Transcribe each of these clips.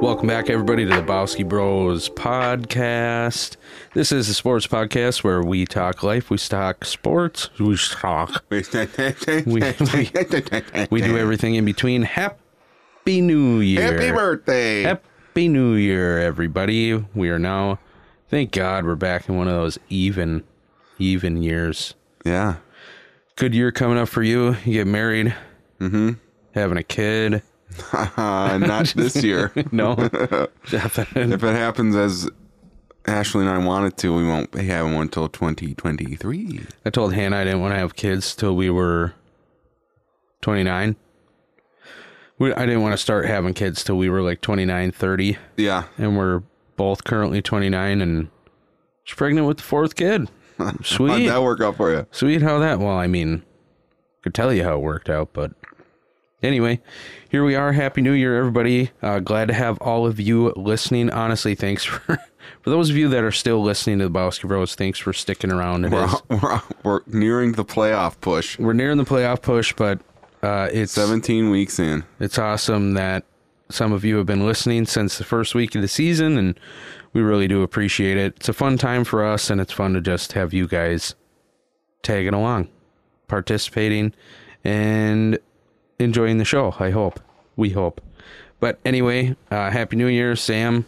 Welcome back, everybody, to the Bowski Bros podcast. This is a sports podcast where we talk life, we talk sports, we talk, we, we do everything in between. Happy New Year! Happy birthday. Happy New Year, everybody! We are now, thank God, we're back in one of those even, even years. yeah. Good year coming up for you. You get married, mm-hmm. having a kid. Uh, not this year. No, If it happens as Ashley and I wanted to, we won't be having one until 2023. I told Hannah I didn't want to have kids till we were 29. We, I didn't want to start having kids till we were like 29, 30. Yeah. And we're both currently 29 and she's pregnant with the fourth kid. How'd Sweet. that work out for you? Sweet how that, well, I mean, could tell you how it worked out, but anyway, here we are. Happy New Year, everybody. Uh, glad to have all of you listening. Honestly, thanks for, for those of you that are still listening to the Bowski Bros, thanks for sticking around. It We're, is- we're, we're nearing the playoff push. we're nearing the playoff push, but uh, it's 17 weeks in. it's awesome that some of you have been listening since the first week of the season, and we really do appreciate it. It's a fun time for us, and it's fun to just have you guys tagging along, participating, and enjoying the show. I hope we hope. But anyway, uh, happy New Year, Sam.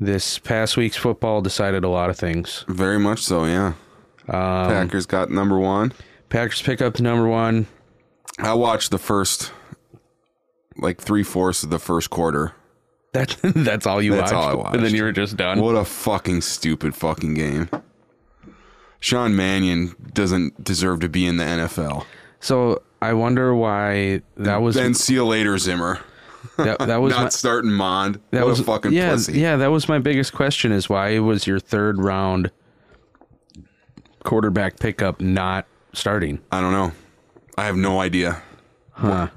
This past week's football decided a lot of things. Very much so, yeah. Packers got number one. Packers pick up the number one. I watched the first, like three fourths of the first quarter. That that's all you That's watched. all I watched. And then you were just done. What a fucking stupid fucking game. Sean Mannion doesn't deserve to be in the NFL. So I wonder why that was Then see you later, Zimmer. that, that was Not my, starting Mond. that what was a fucking yeah pussy. yeah that was my biggest question is why was your third round quarterback pickup not starting? I don't know. I have no idea. Huh.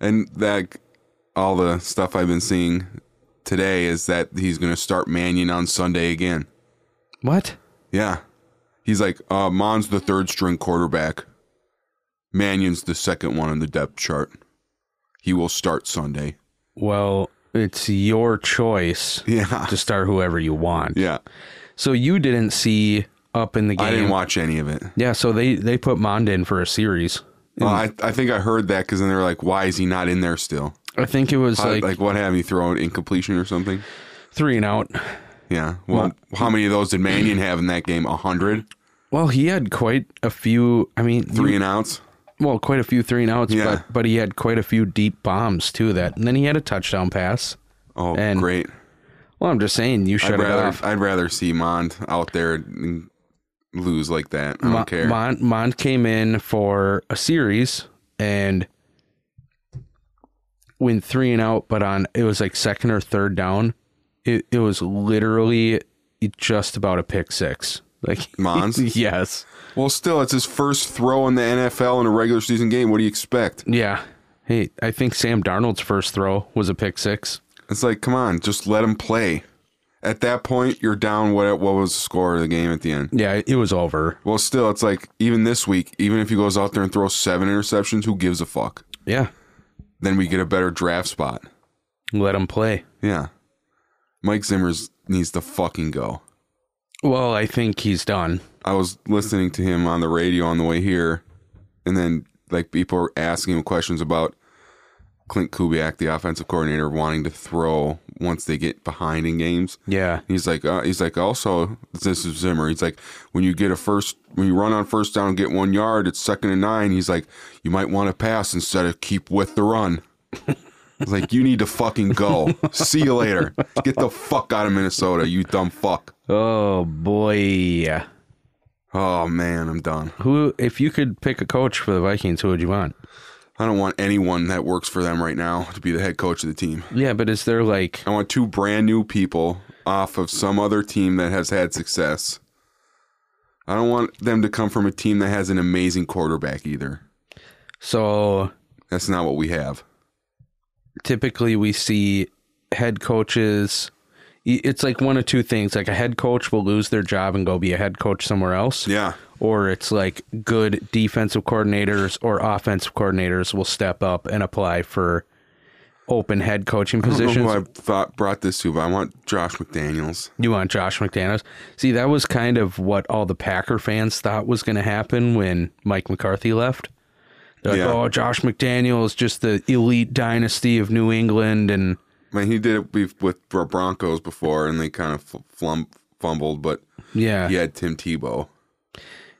And that all the stuff I've been seeing today is that he's going to start Mannion on Sunday again. What? Yeah. He's like, uh, Mon's the third string quarterback. Mannion's the second one on the depth chart. He will start Sunday. Well, it's your choice Yeah. to start whoever you want. Yeah. So you didn't see up in the game. I didn't watch any of it. yeah, so they they put Mond in for a series. Well, I, I think I heard that because then they were like, why is he not in there still? I think it was How- like, like, what have you thrown incompletion or something? three and out. Yeah. Well, how many of those did Mannion have in that game? A hundred? Well, he had quite a few. I mean, you- Three and outs? well, quite a few three and outs, Yeah. but but he had quite a few deep bombs too. That and then he had a touchdown pass. Oh, And great. Well, I'm just saying you uh, I'd shut it off. rather, I'd rather see Mond out there and lose like that. I don't Mo- care. Mont Mont came in for a series and went three and out, but on it was like second or third down. It it was literally just about a pick six. Like Mons? yes, Well, still, it's his first throw in the NFL in a regular season game. What do you expect? yeah. Hey, I think Sam Darnold's first throw was a pick six. It's like, come on, just let him play. At that point, you're down. What what was the score of the game at the end? Yeah, it was over. Well, still, it's like even this week, even if he goes out there and throws seven interceptions, who gives a fuck? Yeah, Then we get a better draft spot. let him play. Yeah, Mike Zimmer's needs to fucking go. Well, I think he's done. I was listening to him on the radio on the way here, and then like people were asking him questions about Clint Kubiak, the offensive coordinator, wanting to throw once they get behind in games. Yeah. He's like, uh, he's like, also this is Zimmer. He's like, when you get a first, when you run on first down and get one yard, it's second and nine. He's like, you might want to pass instead of keep with the run. It's like you need to fucking go. See you later. Get the fuck out of Minnesota, you dumb fuck. Oh boy. Oh man, I'm done. Who if you could pick a coach for the Vikings, who would you want? I don't want anyone that works for them right now to be the head coach of the team. Yeah, but is there like I want two brand new people off of some other team that has had success. I don't want them to come from a team that has an amazing quarterback either. So That's not what we have. typically we see head coaches i- it's like one of two things like a head coach will lose their job and go be a head coach somewhere else Yeah. or it's like good defensive coordinators or offensive coordinators will step up and apply for open head coaching I don't know positions who I thought brought this to, but I want Josh McDaniels. you want Josh McDaniels see that was kind of what all the Packer fans thought was going to happen when Mike McCarthy left They're Yeah. like oh Josh McDaniels just the elite dynasty of New England and I mean, he did it with- with Bro- Broncos before, and they kind of flum, fumbled, but yeah he had Tim Tebow.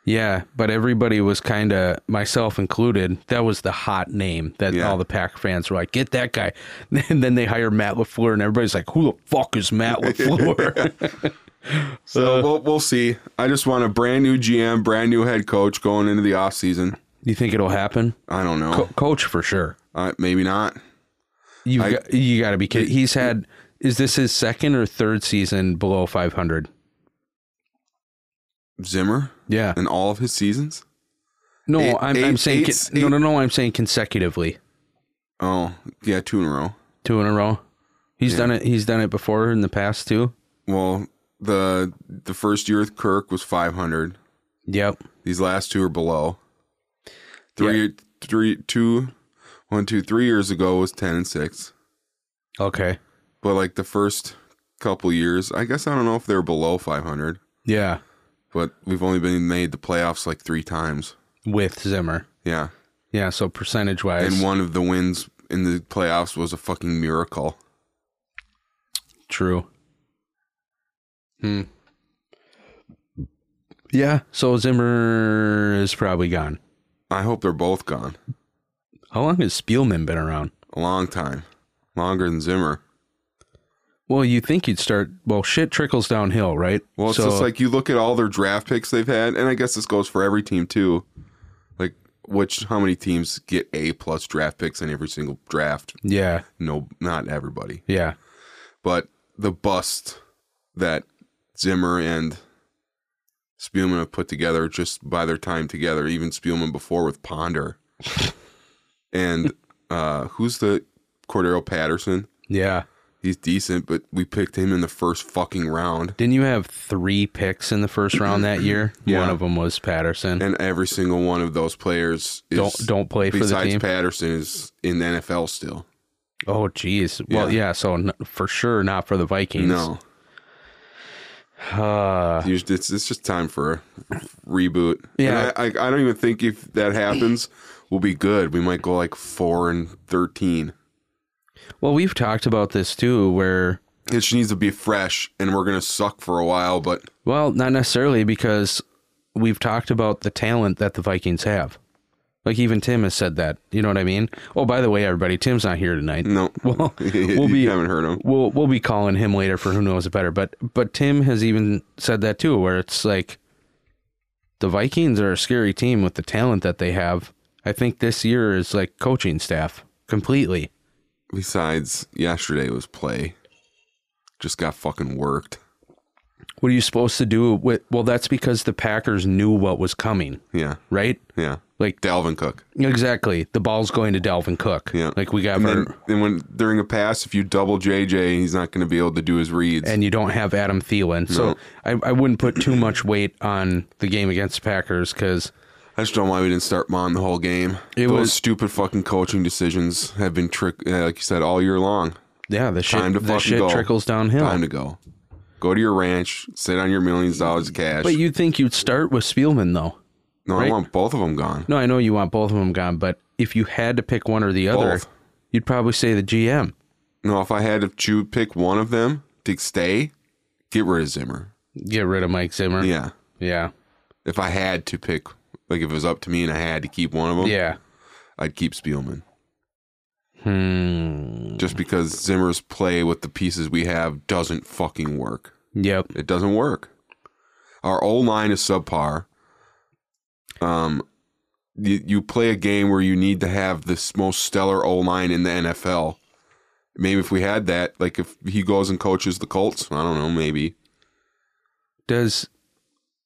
Yeah, but everybody was kind of, myself included, that was the hot name that Yeah. all the Packer fans were like, get that guy. And then they hire Matt LaFleur, and everybody's like, who the fuck is Matt LaFleur? So we'll, we'll see. I just want a brand new GM, brand new head coach going into the offseason. you think it'll happen? I don't know. Co- coach for sure. Uh, maybe not. You've got, you got to be kidding. He's had, is this his second or third season below 500? Zimmer Yeah. in all of his seasons. No, Eight- I'm, I'm eight- saying, eight- con- no, no, no, I'm saying consecutively, Oh, yeah, two in a row. two in a row. He's done it. He's done it before in the past too. Well, the the first year with Kirk was 500. Yep. These last two are below. Three, three, two, one, two, three years ago was 10 and 6. Okay. But like the first couple years, I guess I don't know if they're below 500, Yeah. but we've only been made the playoffs like three times. With Zimmer. Yeah. Yeah, so percentage wise, And one of the wins in the playoffs was a fucking miracle. true. Hmm. Yeah, so Zimmer is probably gone. I hope they're both gone. How long has Spielman been around? A long time. Longer than Zimmer. Well, you think you'd start. Well, shit trickles downhill, right? Well, it's So- just like you look at all their draft picks they've had, and I guess this goes for every team too. Like, which how many teams get A plus draft picks in every single draft? yeah, No, not everybody, yeah, but the bust that Zimmer and Spielman have put together just by their time together. Even Spielman before with Ponder, and uh, who's the Cordero Patterson? yeah. He's decent, but we picked him in the first fucking round. Didn't you have three picks in the first round that year? Yeah. One of them was Patterson. and every single one of those players is don't don't play for the besides team. Patterson is in the NFL still. oh, geez. Well, Yeah. yeah. so n- for sure not for the Vikings. No, Uh, You just- it's, it's just time for a reboot. And Yeah. I, I, I don't even think if that happens, we'll be good. We might go like four and thirteen. well, we've talked about this too, where It just needs to be fresh, and we're gonna suck for a while. But Well, not necessarily because we've talked about the talent that the Vikings have. Like even Tim has said that. You know what I mean? Oh, by the way, everybody, Tim's not here tonight. no, Well, you we'll be haven't heard him. we'll we'll be calling him later for who knows better. But but Tim has even said that too, where it's like the Vikings are a scary team with the talent that they have. I think this year is like coaching staff completely. Besides, yesterday was play. Just got fucking worked. What are you supposed to do with? Well, that's because the Packers knew what was coming, Yeah, right? yeah. Like Dalvin Cook. Exactly. The ball's going to Dalvin Cook. Yeah. Like we got And our, then, then when during a pass, if you double JJ, he's not going to be able to do his reads. and you don't have Adam Thielen. So I, I wouldn't put too much weight on the game against the Packers because I just don't know why we didn't start Mon the whole game. It Those was- stupid fucking coaching decisions have been trick, uh, like you said, all year long. yeah, the shit Time to the fucking shit go. trickles downhill. Time to go. Go to your ranch. Sit on your millions of dollars of cash. but you'd think you'd start with Spielman though. no, I right? want both of them gone. No, I know you want both of them gone, but if you had to pick one or the other, Both. you'd probably say the GM. No, if I had to choose, pick one of them to stay, get rid of Zimmer. Get rid of Mike Zimmer. Yeah. Yeah. If I had to pick, like if it was up to me and I had to keep one of them, Yeah. I'd keep Spielman. Hmm. Just because Zimmer's play with the pieces we have doesn't fucking work. Yep. It doesn't work. Our O line is subpar. Um, you, you play a game where you need to have this most stellar O line in the NFL. Maybe if we had that, like if he goes and coaches the Colts, I don't know, maybe Does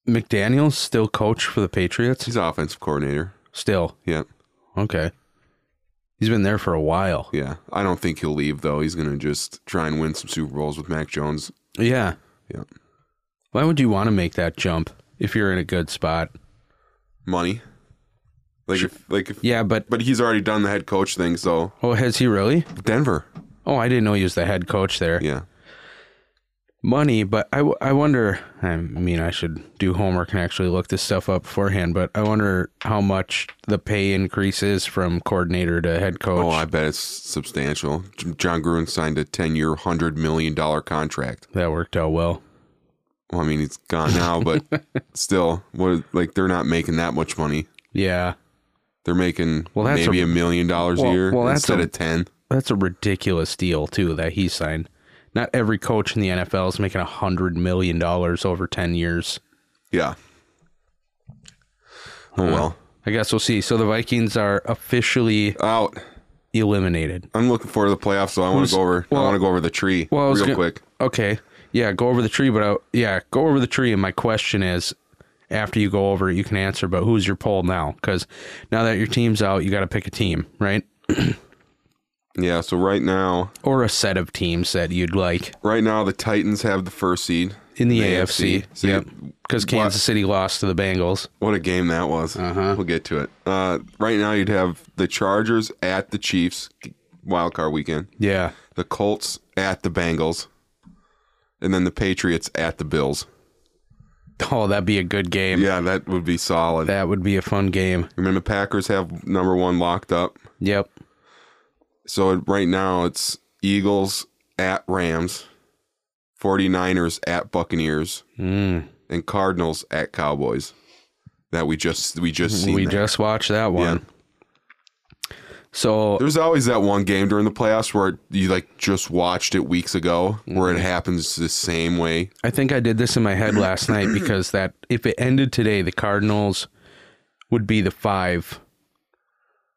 McDaniel still coach for the Patriots? he's offensive coordinator. Still. Yeah, okay. He's been there for a while. Yeah, I don't think he'll leave though. He's gonna just try and win some Super Bowls with Mac Jones. Yeah. Yeah, Why would you want to make that jump if you're in a good spot? money. Like if like if Yeah, but but he's already done the head coach thing. So oh, has he really? Denver. Oh, I didn't know he was the head coach there. Yeah, money, but I, w- I wonder. I mean, I should do homework and actually look this stuff up beforehand, but I wonder how much the pay increase is from coordinator to head coach. Oh, I bet it's substantial. J- John Gruden signed a 10 year, $100 million contract. that worked out well. Well, I mean, it's gone now, but still, what like they're not making that much money. Yeah, They're making Well, that's maybe a- a million dollars Well- a year well, that's instead a- of 10. that's a ridiculous deal too that he signed. Not every coach in the NFL is making a hundred million dollars over ten years. Yeah. Oh, well. I guess we'll see. So the Vikings are officially Out. eliminated. I'm looking forward to the playoffs, so I want Who's- to go over. well- I want to go over the tree Well, I was real gonna- quick. Okay. Yeah, go over the tree, but I, yeah, go over the tree. And my question is, after you go over it, you can answer. But who's your poll now? Because now that your team's out, you got to pick a team, right? Yeah. So right now, Or a set of teams that you'd like right now the Titans have the first seed in the, The AFC. AFC. So you- yep. Because Kansas City lost to the Bengals. What a game that was. Uh-huh. We'll get to it. Uh, right now, you'd have the Chargers at the Chiefs, wild card weekend, Yeah. the Colts at the Bengals, and then the Patriots at the Bills. Oh, that'd be a good game. Yeah, that would be solid. That would be a fun game. I mean, the Packers have number one locked up. Yep. So it- right now, it's Eagles at Rams, 49ers at Buccaneers, Mm. and Cardinals at Cowboys. That we just we just seen we that. just watched that one. So There's always that one game during the playoffs where you like just watched it weeks ago, where it happens the same way. I think I did this in my head last night because that if it ended today, the Cardinals would be the five,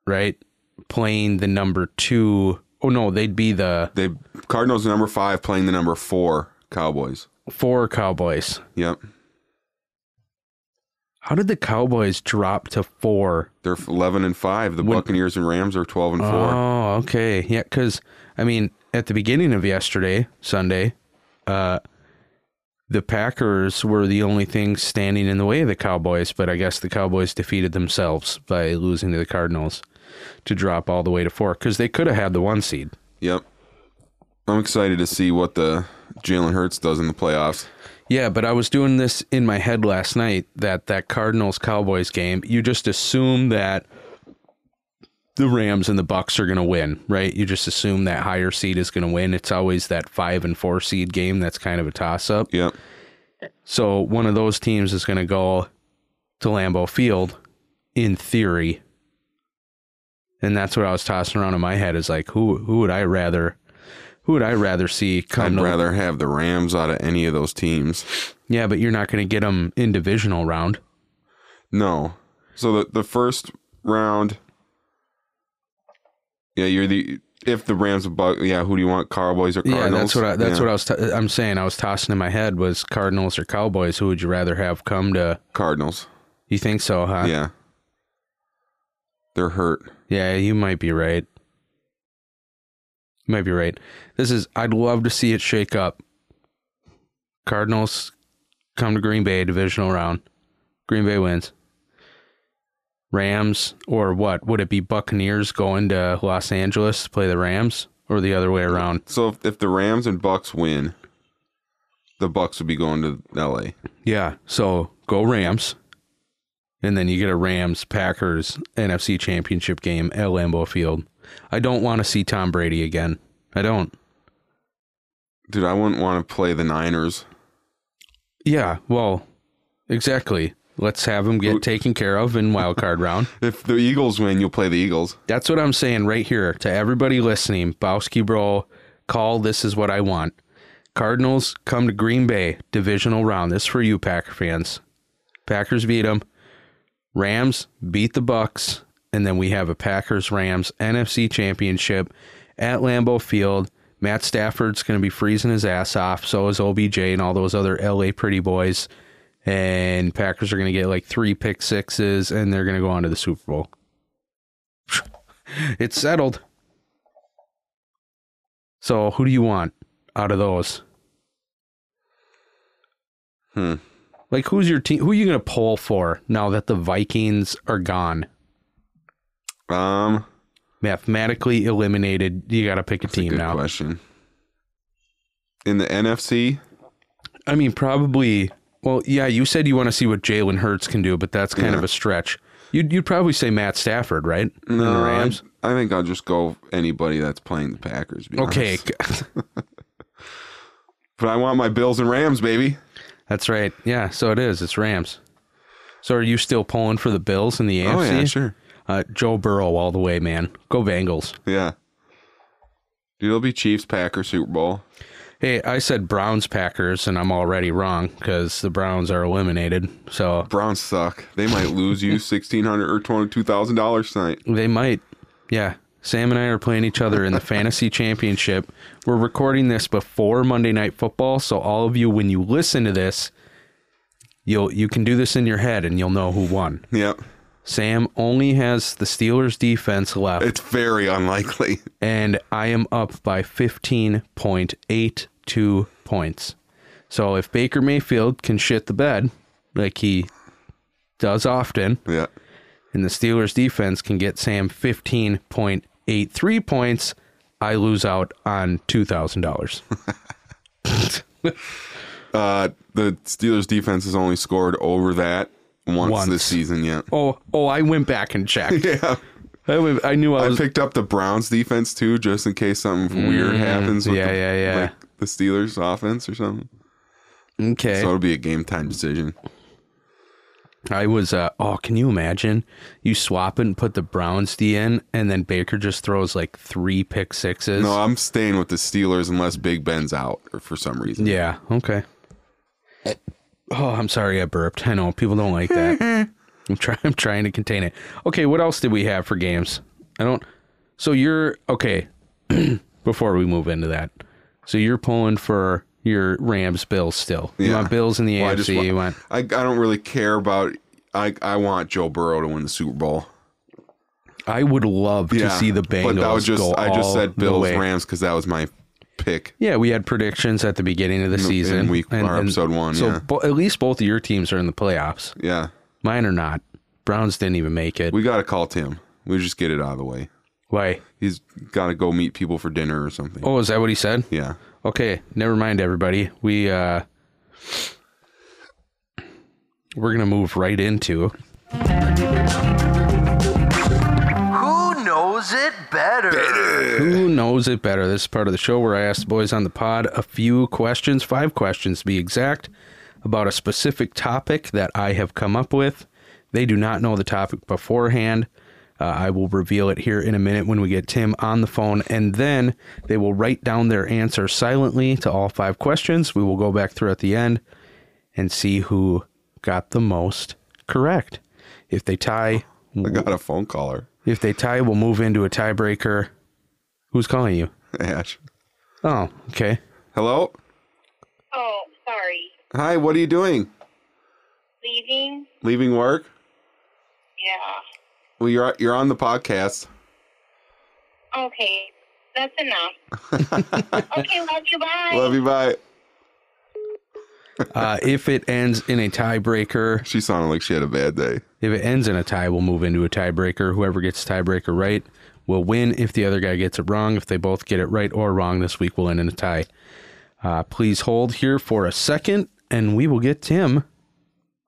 right? Playing the number two. Oh no, they'd be the They Cardinals are number five playing the number four Cowboys. four Cowboys. Yep, How did the Cowboys drop to four? they're eleven and five. The Buccaneers and Rams are twelve and four. Oh, okay, yeah. Because I mean, at the beginning of yesterday, Sunday, uh, the Packers were the only thing standing in the way of the Cowboys. But I guess the Cowboys defeated themselves by losing to the Cardinals to drop all the way to four because they could have had the one seed. Yep, I'm excited to see what the Jalen Hurts does in the playoffs. Yeah, but I was doing this in my head last night that that Cardinals Cowboys game, you just assume that the Rams and the Bucks are going to win, right? You just assume that higher seed is going to win. It's always that 5 and 4 seed game that's kind of a toss up. Yep, So one of those teams is going to go to Lambeau Field in theory. And that's what I was tossing around in my head is like who who would I rather who would I rather see come I'd to- rather have the Rams out of any of those teams. Yeah, but you're not going to get them in divisional round. No. So the the first round. Yeah, you're the if the Rams and Buck. Yeah, who do you want? Cowboys or Cardinals? Yeah, that's what I, that's Yeah, what I was. T- I'm saying I was tossing in my head was Cardinals or Cowboys. Who would you rather have come to? Cardinals. You think so, huh? yeah, they're hurt. Yeah, you might be right. You might be right. This is. I'd love to see it shake up. Cardinals come to Green Bay divisional round. Green Bay wins. Rams or what would it be? Buccaneers going to Los Angeles to play the Rams or the other way around? So if, if the Rams and Bucks win, the Bucks would be going to L.A. Yeah. So go Rams. And then you get a Rams Packers NFC championship game at Lambeau Field. I don't want to see Tom Brady again. I don't. Dude, I wouldn't want to play the Niners. Yeah, well, exactly. Let's have him get taken care of in wild card round. If the Eagles win, you'll play the Eagles. That's what I'm saying right here to everybody listening. Bowski Bro, call this is what I want. Cardinals come to Green Bay divisional round. This is for you Packer fans. Packers beat them. Rams beat the Bucks, and then we have a Packers Rams NFC Championship at Lambeau Field. Matt Stafford's going to be freezing his ass off. So is OBJ and all those other LA pretty boys. And Packers are going to get like three pick sixes, and they're going to go on to the Super Bowl. Phew. It's settled. So who do you want out of those? Hmm. Like who's your team? Who are you going to pull for now that the Vikings are gone? Um, Mathematically eliminated. You got to pick a that's a team good now. question. In the NFC, I mean, probably. Well, yeah, you said you want to see what Jalen Hurts can do, but that's kind Yeah. of a stretch. You'd you'd probably say Matt Stafford, right? In the no, I- Rams. I, think I'll just go anybody that's playing the Packers. to be Okay, honest. but I want my Bills and Rams, baby. that's right. Yeah, so it is. It's Rams. So are you still pulling for the Bills in the AFC? Oh yeah, sure. Uh, Joe Burrow all the way, man. Go Bengals. Yeah. Dude, it'll be Chiefs, Packers, Super Bowl. Hey, I said Browns Packers, and I'm already wrong because the Browns are eliminated. So Browns suck. They might lose you sixteen hundred or twenty two thousand dollars tonight. They might. Yeah. Sam and I are playing each other in the fantasy championship. We're recording this before Monday night football, so all of you when you listen to this, you'll you can do this in your head and you'll know who won. Yep. Sam only has the Steelers defense left It's very unlikely. and I am up by 15.82 points. So if Baker Mayfield can shit the bed like he does often, Yeah. and the Steelers defense can get Sam 15.83 points, I lose out on $2,000. Uh the Steelers defense has only scored over that once, Once. this season yet. oh, oh, I went back and checked. Yeah. I, went- I knew I I was picked up the Browns defense too, just in case something weird happens with Mm, yeah, the, yeah, yeah. like the Steelers offense or something. okay. So it'll be a game time decision. I was uh, oh, can you imagine you swap it and put the Browns D in and then Baker just throws like 3 pick sixes? No, I'm staying with the Steelers unless Big Ben's out or for some reason. yeah, okay. Oh, I'm sorry I burped. I know people don't like that. I'm trying I'm trying to contain it. Okay, what else did we have for games? I don't So you're okay. before we move into that. So you're pulling for your Rams Bills still. You Yeah. want Bills in the Well, I just AFC. want- you want I, I don't really care about. I I want Joe Burrow to win the Super Bowl. I would love to see the Bengals But that was just go I just all said the Bills way. Rams because that was my pick. Yeah, we had predictions at the beginning of the season. week- or episode one, So yeah. bo- at least both of your teams are in the playoffs. Yeah, Mine are not. Browns didn't even make it. we got to call Tim. We just get it out of the way. Why? He's got to go meet people for dinner or something. Oh, is that what he said? Yeah, Okay, never mind, everybody. We uh, we're gonna move right into Who knows it better? Who knows it better? This is part of the show where I ask the boys on the pod a few questions, five questions to be exact, about a specific topic that I have come up with. They do not know the topic beforehand. Uh, I will reveal it here in a minute when we get Tim on the phone, and then they will write down their answer silently to all five questions. We will go back through at the end and see who got the most correct. If they tie, I got a phone caller. if they tie, we'll move into a tiebreaker. Who's calling you? Ash, Oh, okay. hello. Oh, sorry. Hi, what are you doing? Leaving? Leaving work? Yeah. Well, you're you're on the podcast. Okay. That's enough. okay, love you. Bye. Love you. Bye. Uh, if it ends in a tiebreaker, She sounded like she had a bad day. if it ends in a tie, we'll move into a tiebreaker. Whoever gets the tiebreaker right will win. If the other guy gets it wrong, if they both get it right or wrong this week, we'll end in a tie. Uh, please hold here for a second, and we will get Tim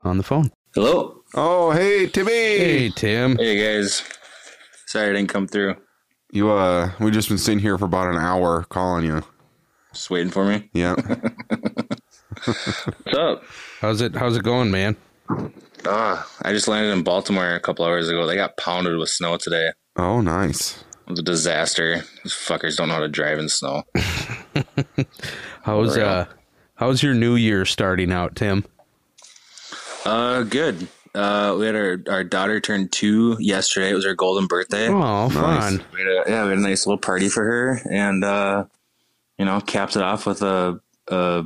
on the phone. Hello. Oh, hey, Timmy. Hey, Tim. Hey guys. Sorry I didn't come through. You uh, we just been sitting here for about an hour calling you. Just waiting for me. Yeah. What's up? How's it? How's it going, man? Ah, I just landed in Baltimore a couple hours ago. They got pounded with snow today. oh, nice. It was a disaster. These fuckers don't know how to drive in snow. How's Real. uh, how's your new year starting out, Tim? Uh, good. Uh, we had our, our daughter turn two yesterday. It was her golden birthday. Oh, fun. We had a, yeah, we had a nice little party for her, and uh, you know, capped it off with a, a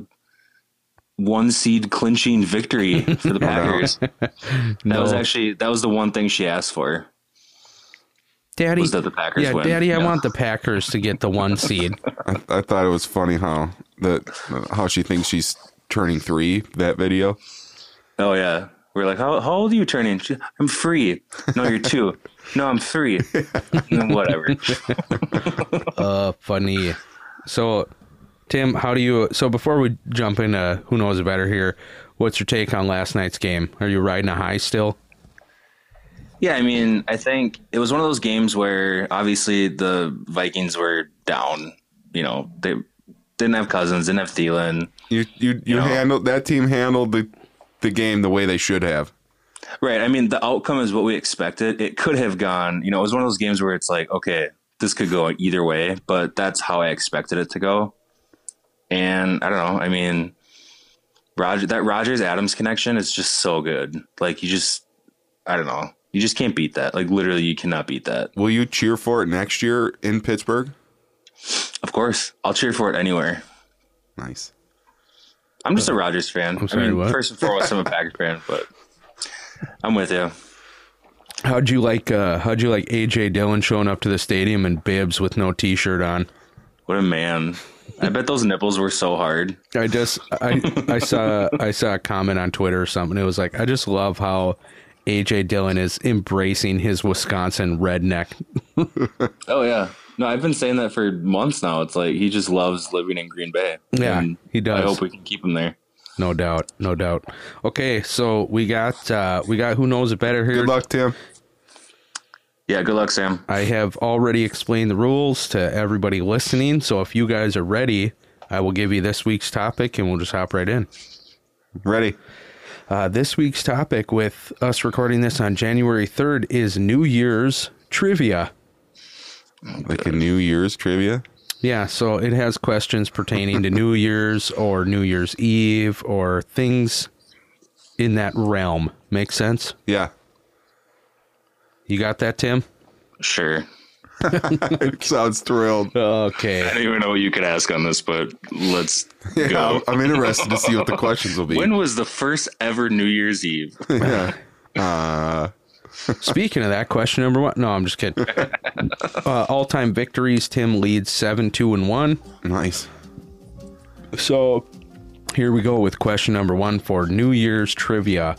one seed clinching victory for the Packers. That was actually that was the one thing she asked for. Daddy, was that the Packers yeah, win. Daddy, I Yeah. want the Packers to get the one seed. I, I thought it was funny how that how she thinks she's turning three. That video. Oh yeah. We're like, how, how old are you turning? She- I'm free. No, you're two. No, I'm three. Whatever. uh, funny. So, Tim, how do you? So before we jump into who knows better here, what's your take on last night's game? Are you riding a high still? Yeah, I mean, I think it was one of those games where obviously the Vikings were down. You know, they didn't have Cousins, didn't have Thielen. You you you Yeah. handled that team handled the the game the way they should have. Right. I mean, the outcome is what we expected. It could have gone, you know, it was one of those games where it's like, okay, this could go either way, but that's how I expected it to go. And I don't know. I mean, Roger, that Rogers Adams connection is just so good. Like, you just, I don't know. You just can't beat that. Like, literally, you cannot beat that. Will you cheer for it next year in Pittsburgh? Of course, I'll cheer for it anywhere. Nice. I'm just a Rogers fan. sorry, I mean, what? first and foremost, I'm a Packers fan, but I'm with you. How'd you like? Uh, how'd you like AJ Dillon showing up to the stadium in bibs with no T-shirt on? What a man. I bet those nipples were so hard. I just I I saw I saw a comment on Twitter or something. It was like I just love how AJ Dillon is embracing his Wisconsin redneck. Oh yeah. No, I've been saying that for months now. It's like he just loves living in Green Bay. Yeah, And he I does. hope we can keep him there. No doubt, no doubt. Okay, so we got uh we got who knows it better here. Good luck, Tim. Yeah, good luck, Sam. I have already explained the rules to everybody listening, so if you guys are ready, I will give you this week's topic and we'll just hop right in. Ready? Uh, this week's topic, with us recording this on January 3rd, is New Year's trivia. Like a New Year's trivia. Yeah, so it has questions pertaining to New Year's or New Year's Eve or things in that realm. Make sense? Yeah. You got that, Tim? Sure. It sounds thrilled. Okay. I don't even know what you could ask on this, but let's Yeah, go. I'm- I'm interested to see what the questions will be. when was the first ever New Year's Eve? Speaking of that, question number one. No, I'm just kidding. Uh, all-time victories. Tim leads seven, two, and one. nice. So here we go with question number one for New Year's trivia.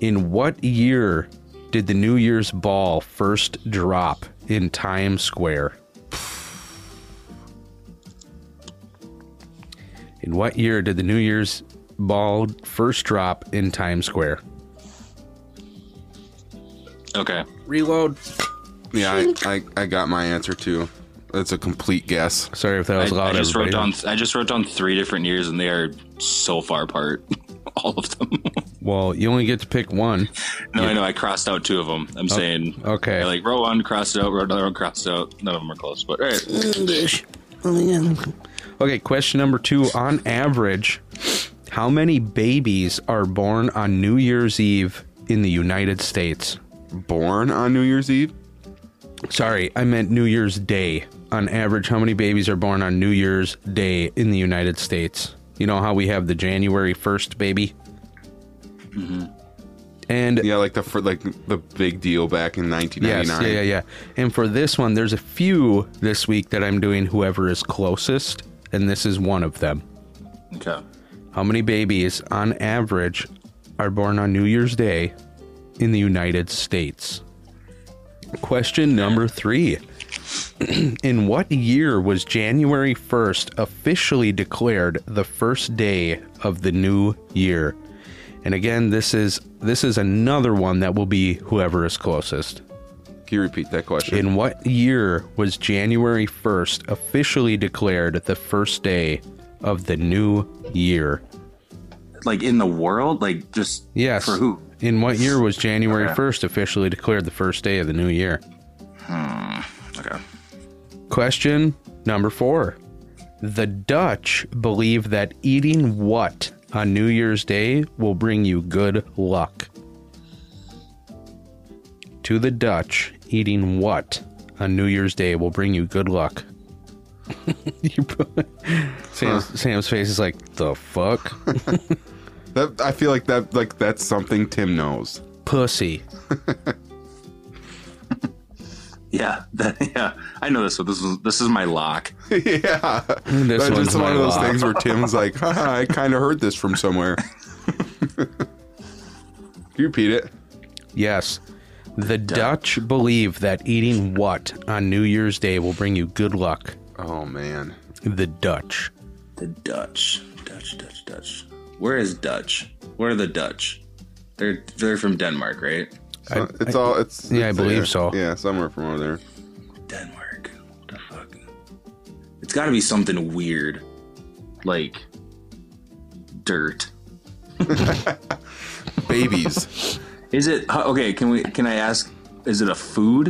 In what year did the New Year's ball first drop in Times Square? In what year did the New Year's ball first drop in Times Square? Okay. Reload. Yeah, I, I, I got my answer too. That's a complete guess. Sorry if that I, was loud. I just wrote everybody. down I just wrote down three different years and they are so far apart. All of them. Well, you only get to pick one. no, I know I crossed out two of them. I'm saying Oh, okay. I like wrote one, crossed it out, wrote another one, crossed it out. None of them are close, but all right. Okay, question number two. On average, how many babies are born on New Year's Eve in the United States? Born on New Year's Eve? Sorry, I meant New Year's Day. On average, how many babies are born on New Year's Day in the United States? You know how we have the January 1st baby? And Mm-hmm. Yeah, like the fir- like the big deal back in yes, 1999. yeah, yeah, yeah. And for this one, there's a few this week that I'm doing whoever is closest, and this is one of them. Okay. How many babies, on average, are born on New Year's Day in the United States? Question number three. in what year was January 1st officially declared the first day of the new year? And again, this is this is another one that will be whoever is closest. Can you repeat that question? In what year was January 1st officially declared the first day of the new year? Like in the world? Like just Yes. for who? In what year was January Okay. 1st officially declared the first day of the new year? Okay. Question number four. The Dutch believe that eating what on New Year's Day will bring you good luck. To the Dutch, eating what on New Year's Day will bring you good luck. You put- Sam's, Sam's face is like, the fuck? That, I feel like that like that's something Tim knows. Pussy. Yeah, that, yeah. I know this one. This was this is my lock. yeah. This That's one's just one my of those lock. things where Tim's like, Haha, I kind of heard this from somewhere. Can you repeat it? Yes. The Dutch believe that eating what on New Year's Day will bring you good luck. Oh, man. The Dutch. The Dutch, Dutch, Dutch, Dutch. Where is Dutch? Where are the Dutch? They're they're from Denmark, right? I- Uh, it's all, it's, Yeah, I it's believe there. so. Yeah, somewhere from over there. Denmark. What the fuck? It's got to be something weird, like dirt. Babies. Is it huh, okay? Can we? Can I ask? Is it a food?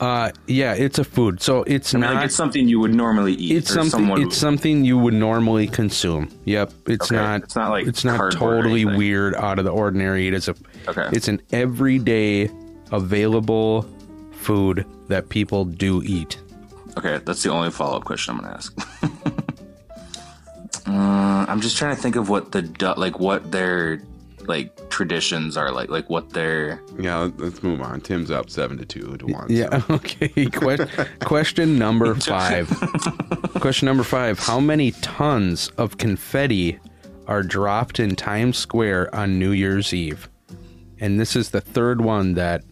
Uh, yeah, it's a food, so it's I mean, not. like it's something you would normally eat. it's or something. someone It's would- something you would normally consume. Yep. It's Okay, not. it's not like It's not cardboard or totally anything. weird, out of the ordinary. It is a. Okay. It's an everyday available food that people do eat. Okay, that's the only follow up question I'm gonna ask. uh, I'm just trying to think of what the Du- like what their like traditions are like, like what their yeah, let- let's move on. Tim's up seven to two to one. so- Yeah. Okay. Que- question number five. question number five. How many tons of confetti are dropped in Times Square on New Year's Eve? And this is the third one that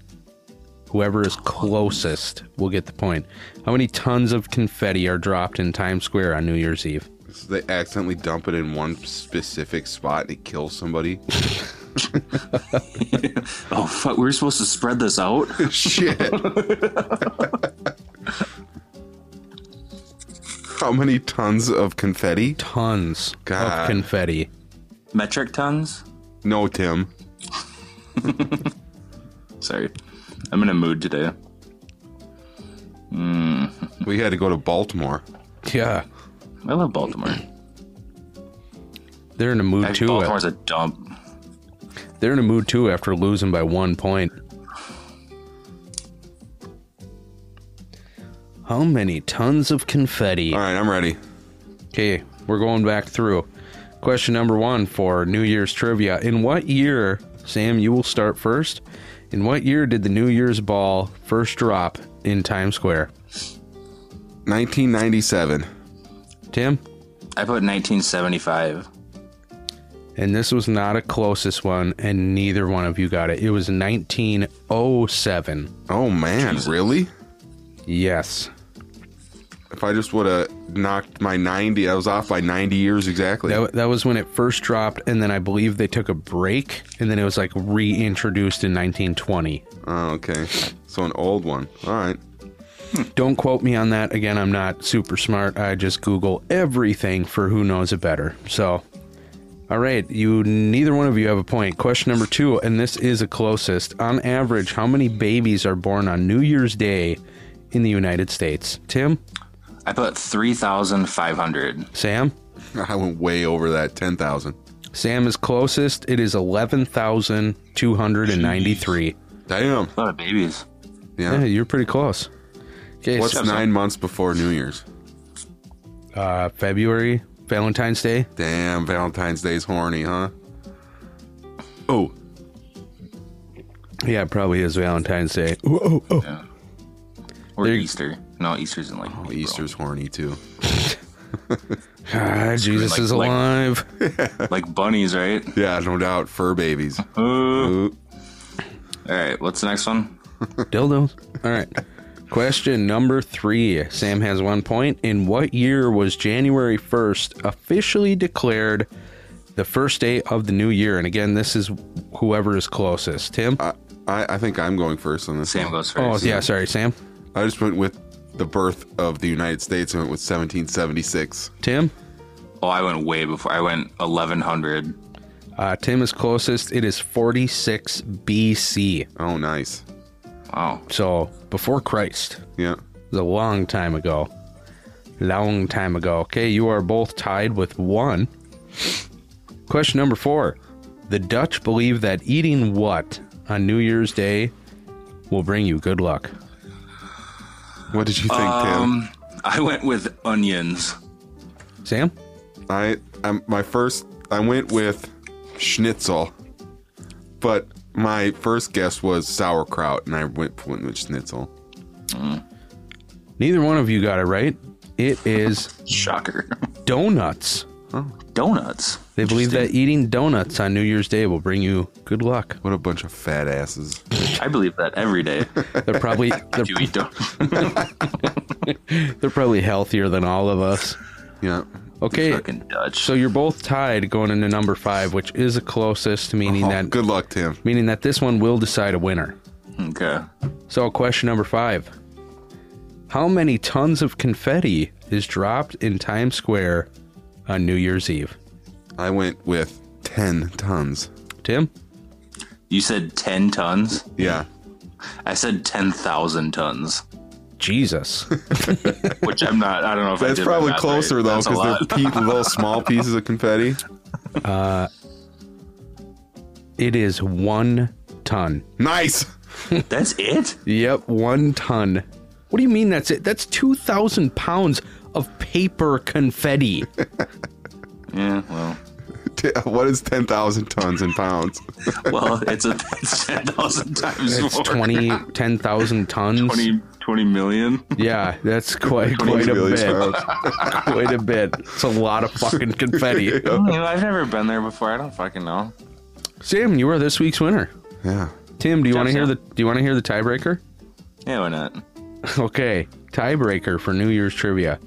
whoever is closest will get the point. How many tons of confetti are dropped in Times Square on New Year's Eve? So they accidentally dump it in one specific spot and it kills somebody. oh fuck, we're supposed to spread this out. Shit. How many tons of confetti? Tons of God. confetti. Metric tons. No, Tim. Sorry, I'm in a mood today. We had to go to Baltimore. Yeah. I love Baltimore. They're in a mood Actually, too. Baltimore's a dump. They're in a mood too after losing by one point. How many tons of confetti? All right, I'm ready. Okay, we're going back through. Question number one for New Year's trivia. In what year, Sam, you will start first? In what year did the New Year's ball first drop in Times Square? 1997. Tim? I put 1975. And this was not a closest one, and neither one of you got it. It was 1907. Oh man, really? Yes. If I just would have knocked my 90, I was off by 90 years exactly. That, that was when it first dropped, and then I believe they took a break, and then it was like reintroduced in 1920. Oh, okay. So an old one. All right. Don't quote me on that. Again, I'm not super smart. I just Google everything for who knows it better. So, all right, you neither one of you have a point. Question number two, and this is a closest. On average, how many babies are born on New Year's Day in the United States? Tim, I put 3,500. Sam, I went way over that 10,000. Sam is closest. It is 11,293. Damn. A lot of babies. Yeah, Yeah. you're pretty close. Okay, What's so- nine months before New Year's? uh, February, Valentine's Day. Damn, Valentine's Day's horny, huh? Oh, Yeah, it probably is Valentine's Day. Yeah. Or There- Easter. No, Easter's in like oh, April. Easter's horny too. Ah, Jesus like- is like- alive. like bunnies, right? Yeah, no doubt. Fur babies. Ooh. All right, what's the next one? Dildos. All right. Question number three. Sam has one point. In what year was January 1st officially declared the first day of the new year? And again, this is whoever is closest. Tim? I, I, I think I'm going first on this. Sam one. goes oh, first. yeah, sorry, Sam. I just went with the birth of the United States. I went with 1776. Tim? Oh, I went way before. I went 1100. Uh, Tim is closest. It is 46 BC. Oh, nice. Wow. So before Christ. Yeah. It was a long time ago. Long time ago. Okay, you are both tied with one. Question number four. The Dutch believe that eating what on New Year's Day will bring you good luck. What did you think, Um, I went with onions. Sam? Tim? I, I'm my first. I went with schnitzel, but my first guess was sauerkraut, and I went went with schnitzel. Neither one of you got it right. It is Shocker. donuts. Donuts. They believe that eating donuts on New Year's Day will bring you good luck. What a bunch of fat asses. I believe that every day. They're probably they're, Do eat donuts. they're probably healthier than all of us. Yeah. Okay, Fucking Dutch. so you're both tied going into number five, which is the closest, meaning Oh, that good luck, Tim. meaning that this one will decide a winner. okay. So, question number five: How many tons of confetti is dropped in Times Square on New Year's Eve? I went with 10 tons. Tim, You said 10 tons? Yeah. I said 10,000 tons, Jesus, which I'm not, I don't know if I That's did my probably math closer, right. though, That's a because lot. they're pe- little small pieces of confetti. it is one ton. Nice. That's it? Yep, one ton. What do you mean that's it? That's 2,000 pounds of paper confetti. Yeah, well. T- What is 10,000 tons in pounds? Well, it's a it's 10,000 times That's more. 20, 10,000 tons. 20, 20 million. Yeah, that's quite, quite a Really bit. times. Quite a bit. It's a lot of fucking confetti. You know, I've never been there before. I don't fucking know. Sam, you are this week's winner. Yeah. Tim, do you Job, want to hear Sam. the do you want to hear the tiebreaker? Yeah, why not? Okay, tiebreaker for New Year's trivia.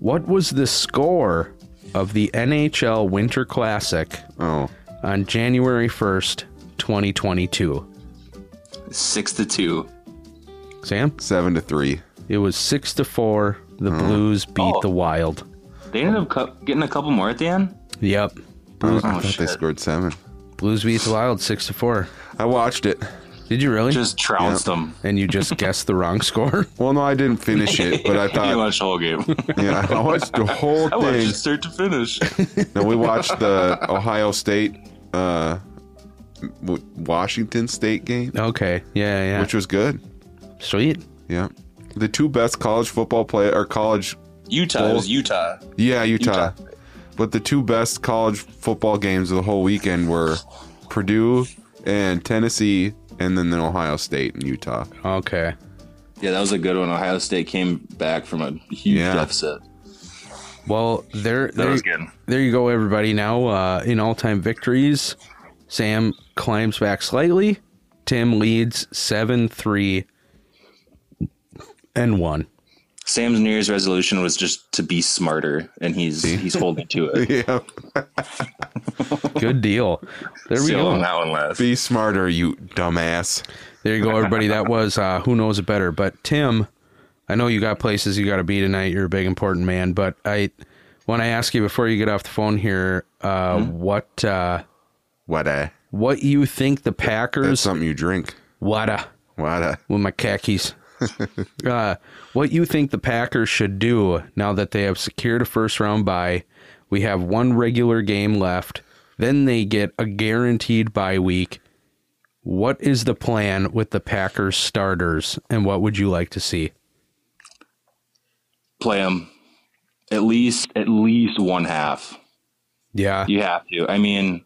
What was the score of the NHL Winter Classic Oh. on January 1st, 2022? Six to two. Sam? Seven to three. It was six to four. The Blues beat Oh. the Wild. They ended up cu- getting a couple more at the end? Yep. Oh, I Oh, thought they shit. scored seven. Blues beat the Wild six to four. I watched it. Did you really? Just trounced them. and you just guessed the wrong score? Well, no, I didn't finish it, but I You thought, watched the whole game. yeah, I watched the whole I watched thing. it start to finish. No, we watched the Ohio State, uh, w- Washington State game, Okay. Yeah, yeah. which was good. Sweet. Yeah, the two best college football play or college, Utah. It was Utah. yeah, Utah. But the two best college football games of the whole weekend were Purdue and Tennessee, and then the Ohio State and Utah. Okay. Yeah, that was a good one. Ohio State came back from a huge Yeah. deficit. Well, there, That there, was good. there you go, everybody. Now, uh, in all time victories, Sam climbs back slightly. Tim leads 7 3 and 1. Sam's New Year's resolution was just to be smarter, and he's he's holding to it. Yeah, Good deal. There we Still go. on that one last. be smarter, you dumbass. There you go, everybody. That was uh, who knows it better. But Tim, I know you got places you got to be tonight. You're a big important man. But I want to ask you before you get off the phone here, uh, what uh, What a what you think the that's Packers? something you drink. What a What a with my khakis. uh, what you think the Packers should do now that they have secured a first round bye? We have one regular game left. Then they get a guaranteed bye week. What is the plan with the Packers starters, and what would you like to see? Play him at least at least one half. Yeah, You have to. I mean,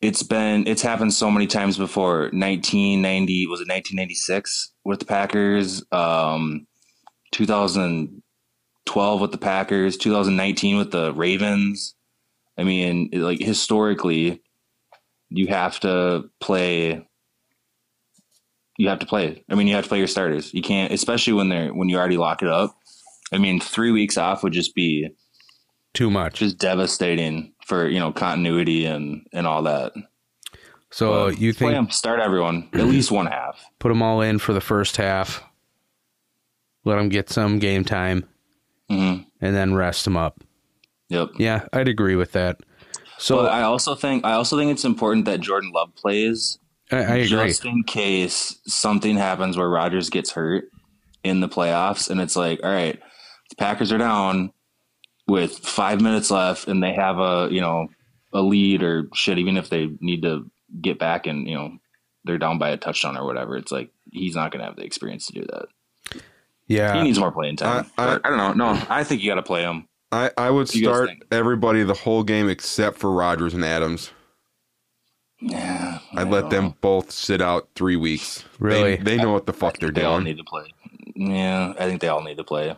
it's been it's happened so many times before. Nineteen ninety was it nineteen ninety six with the Packers? Um, two thousand twelve with the Packers. Two thousand nineteen with the Ravens. I mean, it- like historically, you have to play. You have to play. I mean, you have to play your starters. You can't, especially when they're when you already lock it up. I mean, three weeks off would just be too much. just devastating for you know continuity and and all that. So you Play think 'em, start everyone at least one half. put them all in for the first half, let them get some game time, Mhm. and then rest them up. Yep. Yeah, I'd agree with that. So But I also think I also think it's important that Jordan Love plays I, I agree. just in case something happens where Rodgers gets hurt in the playoffs, and it's like, all right, the Packers are down with five minutes left, and they have a you know a lead or shit. Even if they need to get back and you know they're down by a touchdown or whatever, it's like he's not going to have the experience to do that. Yeah, he needs more playing time. Uh, I- I- But I, don't know. No, I think you got to play him. I, I would you guys start think? everybody the whole game except for Rodgers and Adams. Yeah, I let them both sit out three weeks. They- Really? They, know what the fuck they're They all doing. need to play. Yeah, I think they all need to play.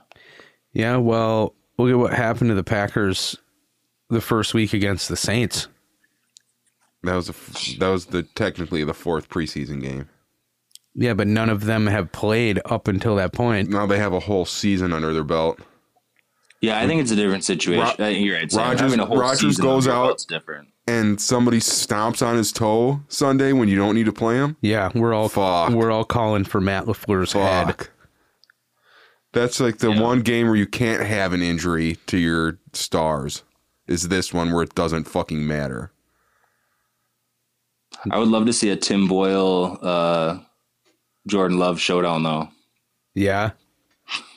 Yeah, well, look at what happened to the Packers the first week against the Saints. That was a, f- that was the technically the fourth preseason game. Yeah, but none of them have played up until that point. Now they have a whole season under their belt. Yeah, I think it's a different situation. Ro- I think you're right. Sam. Rodgers- Having a whole Rodgers season goes under your out- belt's different. And somebody stomps on his toe Sunday when you don't need to play him. Yeah, we're all Fuck. we're all calling for Matt Lafleur's head. Fuck. That's like the one game where you can't have an injury to your stars. Is this one where it doesn't fucking matter? I would love to see a Tim Boyle, uh, Jordan Love showdown though. Yeah.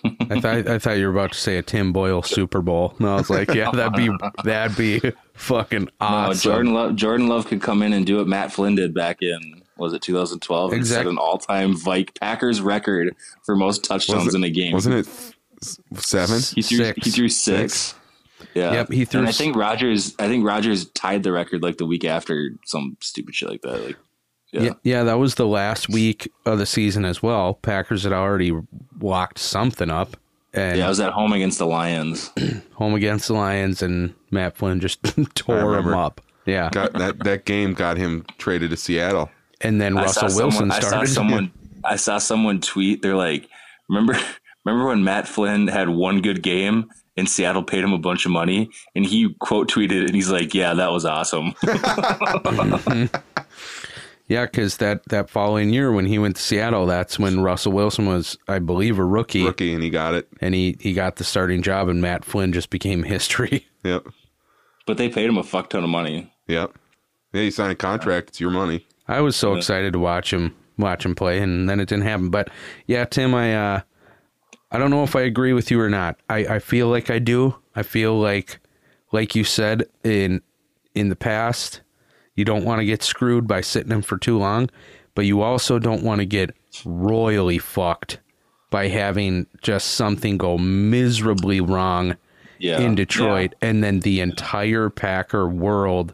I thought I thought you were about to say a Tim Boyle Super Bowl. And I was like, yeah, that'd be that'd be fucking Ah, No, awesome. Jordan Love. Jordan Love could come in and do what Matt Flynn did back in was it 2012 and set Exact- an all-time Vike Packers record for most touchdowns Wasn't- in a game. Wasn't it f- s- seven? he threw Six. he threw six. Yeah. Yep, he threw And I s- think Rogers. I think Rogers tied the record like the week after some stupid shit like that. Like, yeah. yeah, yeah, that was the last week of the season as well. Packers had already locked something up, and Yeah, I was at home against the Lions. home against the Lions, and Matt Flynn just I tore remember. him up. Yeah, Got that that game got him traded to Seattle. and then Russell Wilson someone, I started. saw someone. I saw someone tweet. They're like, "Remember, remember when Matt Flynn had one good game and Seattle paid him a bunch of money?" And he quote tweeted, and he's like, "Yeah, that was awesome." Yeah, because that that following year when he went to Seattle, that's when Russell Wilson was, I believe, a rookie, Rookie and he got it. and he he got the starting job, and Matt Flynn just became history. Yep. but they paid him a fuck ton of money. Yep. Yeah, you signed a contract, it's your money. I was so excited to watch him watch him play, and then it didn't happen. But yeah, Tim, I uh, I don't know if I agree with you or not. I, I feel like I do. I feel like, like you said in in the past, you don't want to get screwed by sitting him for too long, but you also don't want to get royally fucked by having just something go miserably wrong Yeah, in Detroit, and then the entire Packer world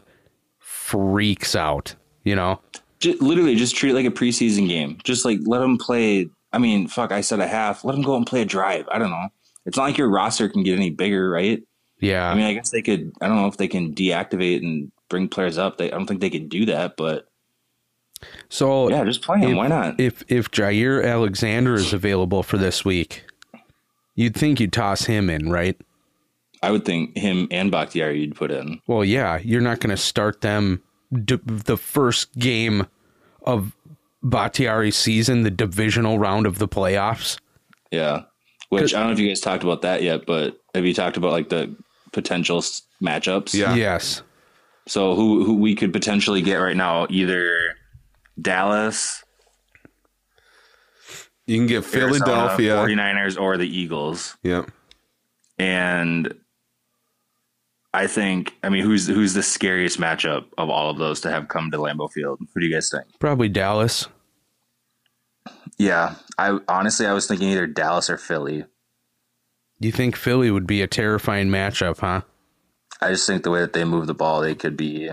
freaks out. You know. just, literally just treat it like a preseason game. Just like let them play. I mean, fuck, I said a half. Let them go and play a drive. I don't know. It's not like your roster can get any bigger, right? Yeah. I mean, I guess they could. I don't know if they can deactivate and bring players up. They, I don't think they could do that, but so yeah, just play them. if- Why not? if if Jair Alexander is available for this week, you'd think you'd toss him in, right? I would think him and Bakhtiari you'd put in. Well, yeah, you're not going to start them d- the first game of Batiari's season, the divisional round of the playoffs. Yeah. Which I don't know if you guys talked about that yet, but have you talked about like the potential s- matchups? Yeah. Yes. So who who we could potentially get right now? Either Dallas, You can get Philadelphia. Arizona, 49ers, or the Eagles. Yep. and I think I mean who's who's the scariest matchup of all of those to have come to Lambeau Field? Who do you guys think? Probably Dallas. Yeah, I honestly I was thinking either Dallas or Philly. You think Philly would be a terrifying matchup, huh? I just think the way that they move the ball, they could be,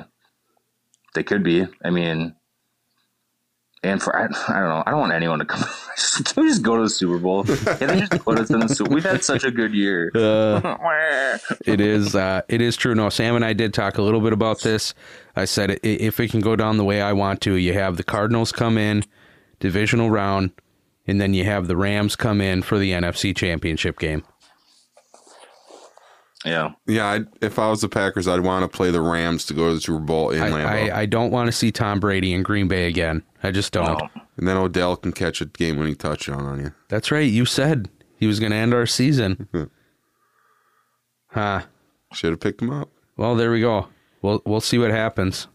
they could be. I mean, and for I, I don't know, I don't want anyone to come. Just, can we just go to the Super Bowl? Can they just put us in the Super? We've had such a good year. it is uh, it is true. No, Sam and I did talk a little bit about this. I said i- if it can go down the way I want to, you have the Cardinals come in divisional round, and then you have the Rams come in for the NFC Championship game. yeah, Yeah, I'd, if I was the Packers, I'd want to play the Rams to go to the Super Bowl in I, Lambeau, I, I don't want to see Tom Brady in Green Bay again. I just don't. No. and then Odell can catch a game-winning touchdown on you. That's right. You said he was going to end our season. huh. Should have picked him up. Well, there we go. We'll we'll see what happens.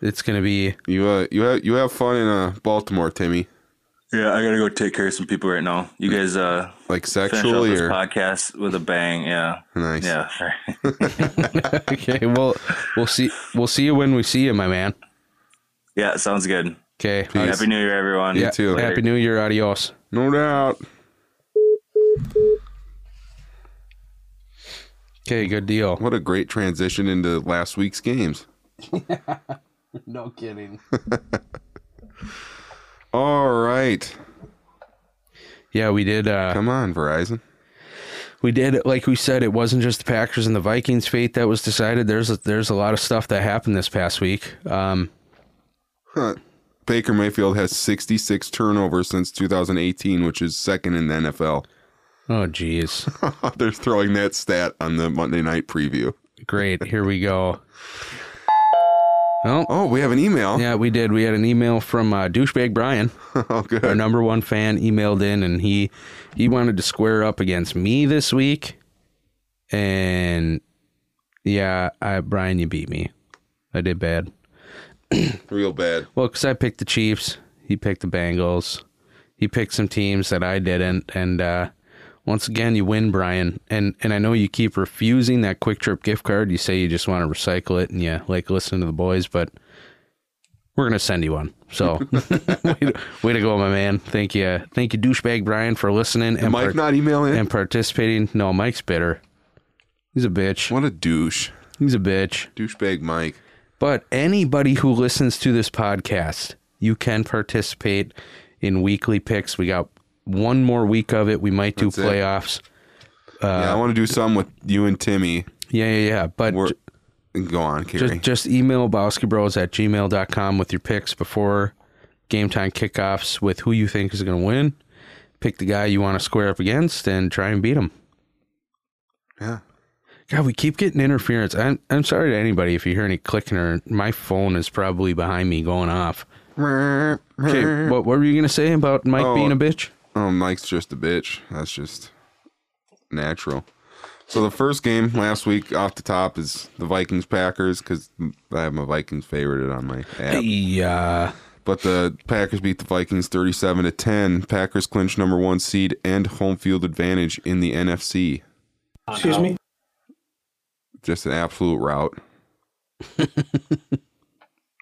It's going to be You uh, you have you have fun in uh, Baltimore, Timmy. yeah. I gotta go take care of some people right now. You guys, uh, Like finish off sexually this or podcast with a bang. Yeah, nice. yeah. okay. Well, we'll see. We'll see you when we see you, my man. Yeah, sounds good. Okay. Peace. Happy New Year, everyone. Yeah, too. Happy New Year. Adios. No doubt. Okay. Good deal. What a great transition into last week's games. No kidding. All right. Yeah, we did. Uh, Come on, Verizon. we did. Like we said, it wasn't just the Packers and the Vikings' fate that was decided. There's a, there's a lot of stuff that happened this past week. Um, Huh. Baker Mayfield has 66 turnovers since 2018, which is second in the NFL. oh, geez. They're throwing that stat on the Monday night preview. Great. Here we go. Oh, Oh, we have an email. yeah, we did. We had an email from uh, douchebag Brian. oh, good. our number one fan emailed in and he he wanted to square up against me this week and yeah I, brian you beat me i did bad Real bad. well because i picked the chiefs he picked the bengals he picked some teams that i didn't and uh once again you win brian and and i know you keep refusing that quick trip gift card you say you just want to recycle it and you like listening to the boys but we're gonna send you one. So, way, to, way to go, my man. Thank you, thank you, douchebag Brian, for listening and, Mike par- not emailing? and participating. No, Mike's bitter. He's a bitch. What a douche. He's a bitch. Douchebag Mike. But anybody who listens to this podcast, you can participate in weekly picks. We got one more week of it. We might do That's it. playoffs. Uh, yeah, I want to do some with you and Timmy. Yeah, yeah, yeah. But We're, j- go on, Carrie. just, just email bowskibros at gmail.com with your picks before game time kickoffs with who you think is going to win. Pick the guy you want to square up against and try and beat him. yeah. God, we keep getting interference. I'm, I'm sorry to anybody if you hear any clicking or my phone is probably behind me going off. Okay, what, what were you going to say about Mike Oh. being a bitch? Oh, Mike's just a bitch. That's just natural. So the first game last week off the top is the Vikings Packers because I have my Vikings favorite on my app. Yeah. But the Packers beat the Vikings 37 to 10. Packers clinch number 1 seed and home field advantage in the NFC. Excuse me. Just an absolute rout.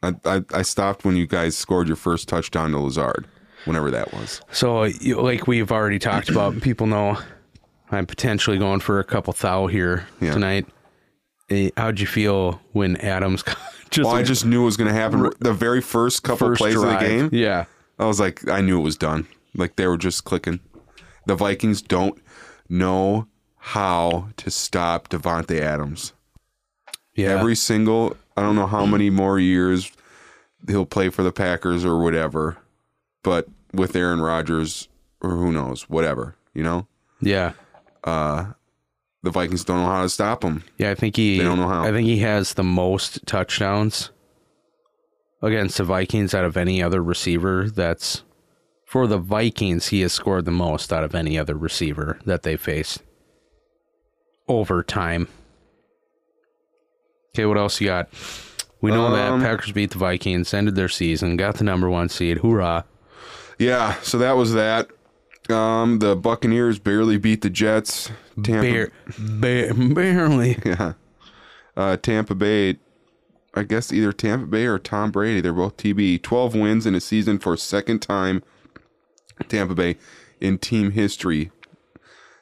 I, I I stopped when you guys scored your first touchdown to Lazard, whenever that was. So, you- like we've already talked about, people know I'm potentially going for a couple thou here Yeah. tonight. Eh, How'd you feel when Adams just, Well, I just knew it was going to happen. The very first couple first plays drive? of the game, Yeah. I was like, I knew it was done. Like they were just clicking. The Vikings don't know how to stop Devontae Adams. Yeah. Every single, I don't know how many more years he'll play for the Packers or whatever, but with Aaron Rodgers or who knows, whatever, you know? yeah. The Vikings don't know how to stop him. Yeah, I think he. They don't know how. I think he has the most touchdowns against the Vikings out of any other receiver. That's for the Vikings. He has scored the most out of any other receiver that they faced over time. Okay, what else you got? We know that Um, Packers beat the Vikings, ended their season, got the number one seed. Hoorah! Yeah, so that was that. Um, the Buccaneers barely beat the Jets. Tampa, Bare, bare, barely. Yeah. Uh, Tampa Bay, I guess either Tampa Bay or Tom Brady. They're both TB. 12 wins in a season for second time. Tampa Bay in team history.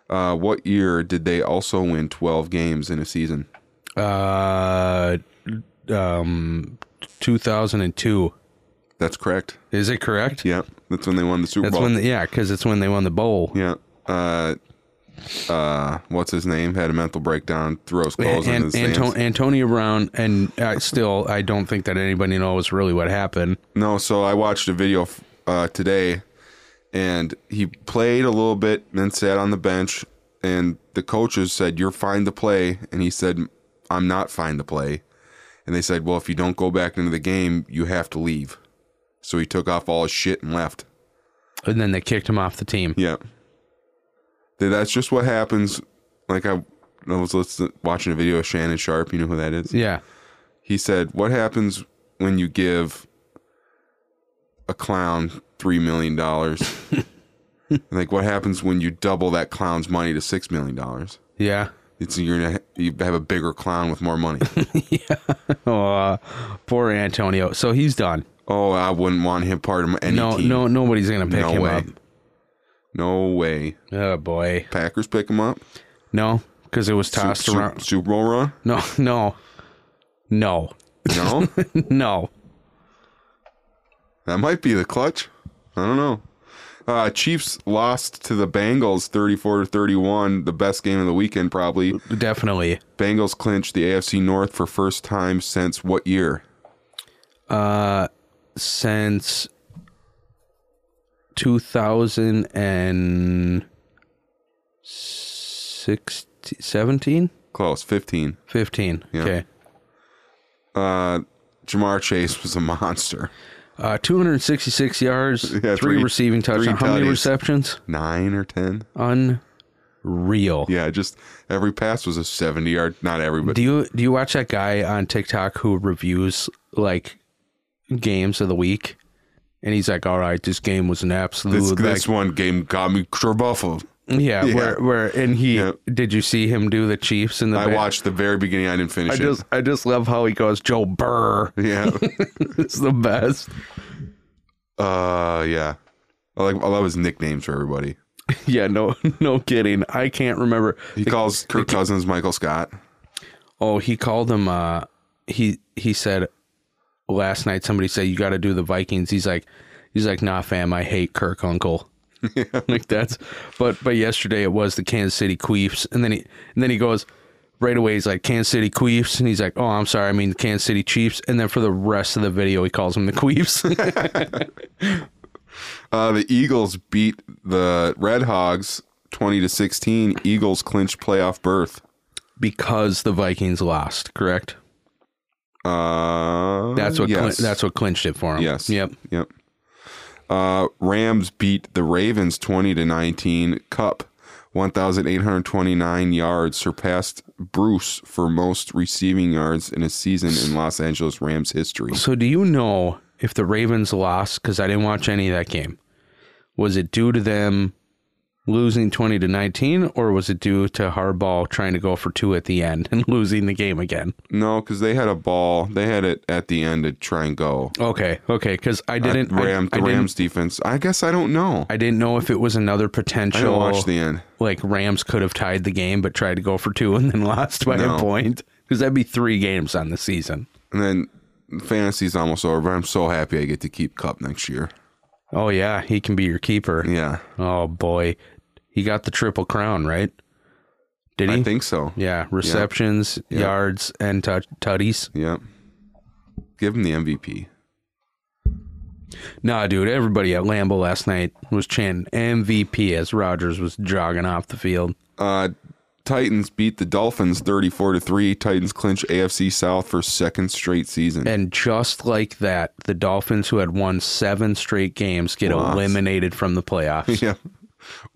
Uh, what year did they also win 12 games in a season? Uh, um, two thousand and two. That's correct. Is it correct? Yeah. That's when they won the Super That's Bowl. when, the, yeah, because it's when they won the bowl. yeah. Uh, uh, what's his name? Had a mental breakdown, threw his clothes in the And, stands. Anto- Antonio Brown, and I still, I don't think that anybody knows really what happened. No, so I watched a video f- uh, today, and he played a little bit, and then sat on the bench. And the coaches said, "You're fine to play," and he said, "I'm not fine to play." And they said, "Well, if you don't go back into the game, you have to leave." So he took off all his shit and left. And then they kicked him off the team. Yeah, Th- that's just what happens. Like I, I was listen- watching a video of Shannon Sharp. You know who that is? Yeah. he said, "What happens when you give a clown three million dollars? like, what happens when you double that clown's money to six million dollars? Yeah. It's you're gonna you have a bigger clown with more money. Oh, uh, poor Antonio. So he's done. oh, I wouldn't want him part of any no, team. no, nobody's gonna pick No him way. up. no way. Oh boy. Packers pick him up. No, because it was tossed Su- around. Super Bowl run. No, no, no, No, no. That might be the clutch. I don't know. Uh, Chiefs lost to the Bengals 34 to 31, the best game of the weekend probably. Definitely. Bengals clinched the AFC North for first time since what year? Since 2016, 17, Close, 15. 15. Yeah. Okay. Uh, Jamar Chase was a monster. Uh, 266 yards, Yeah, three, three- receiving three touchdowns. How many tutties. receptions? Nine or 10? Unreal. Yeah, just every pass was a 70 yard. Not every, but Do you do you watch that guy on TikTok who reviews like games of the week? And he's like, "All right, this game was an absolute this, like, this one game got me kerbuffled. yeah, yeah. Where where and he Yeah. did you see him do the Chiefs in the? I ba- watched the very beginning. I didn't finish I it. just I just love how he goes Joe Burr. yeah. It's the best. Uh, yeah. I like I love his nicknames for everybody. Yeah, no no kidding. I can't remember. He calls Kirk Cousins Michael Scott. Oh, he called him. Uh, he he said last night somebody said you got to do the Vikings. He's like, he's like, nah, fam, I hate Kirk Uncle. like that's, but but yesterday it was the Kansas City Queefs, and then he and then he goes right away. He's like Kansas City Queefs, and he's like, oh, I'm sorry, I mean the Kansas City Chiefs. And then for the rest of the video, he calls them the Queefs. Uh, the Eagles beat the Red Hogs twenty to sixteen. Eagles clinch playoff berth. because the Vikings lost. Correct. Uh, That's what clin- yes. that's what clinched it for him. Yes. Yep. Yep. Uh, Rams beat the Ravens twenty to nineteen. Cup one thousand eight hundred twenty nine yards surpassed Bruce for most receiving yards in a season in Los Angeles Rams history. So do you know if the Ravens lost cuz I didn't watch any of that game? Was it due to them losing 20 to 19 or was it due to Harbaugh trying to go for two at the end and losing the game again? No, because they had a ball. They had it at the end to try and go. Okay, okay, cuz I didn't I- Ram, I, the didn't- Uh, Rams defense. I guess I don't know. I didn't know if it was another I didn't potential watch the end. like Rams could have tied the game but tried to go for two and then lost by No. a point cuz that'd be 3 games on the season. And then fantasy's almost over, but I'm so happy I get to keep Cup next year. Oh yeah, he can be your keeper. Yeah, Oh boy. He got the triple crown, right? Did he? I think so. Yeah, receptions, Yeah. yards, and touch tutties. Yeah. Give him the MVP. Nah, dude, everybody at Lambeau last night was chanting MVP as Rogers was jogging off the field. Uh, Titans beat the Dolphins 34 to 3. Titans clinch AFC South for second straight season. And just like that, the Dolphins, who had won seven straight games, get Lost. eliminated from the playoffs. yeah.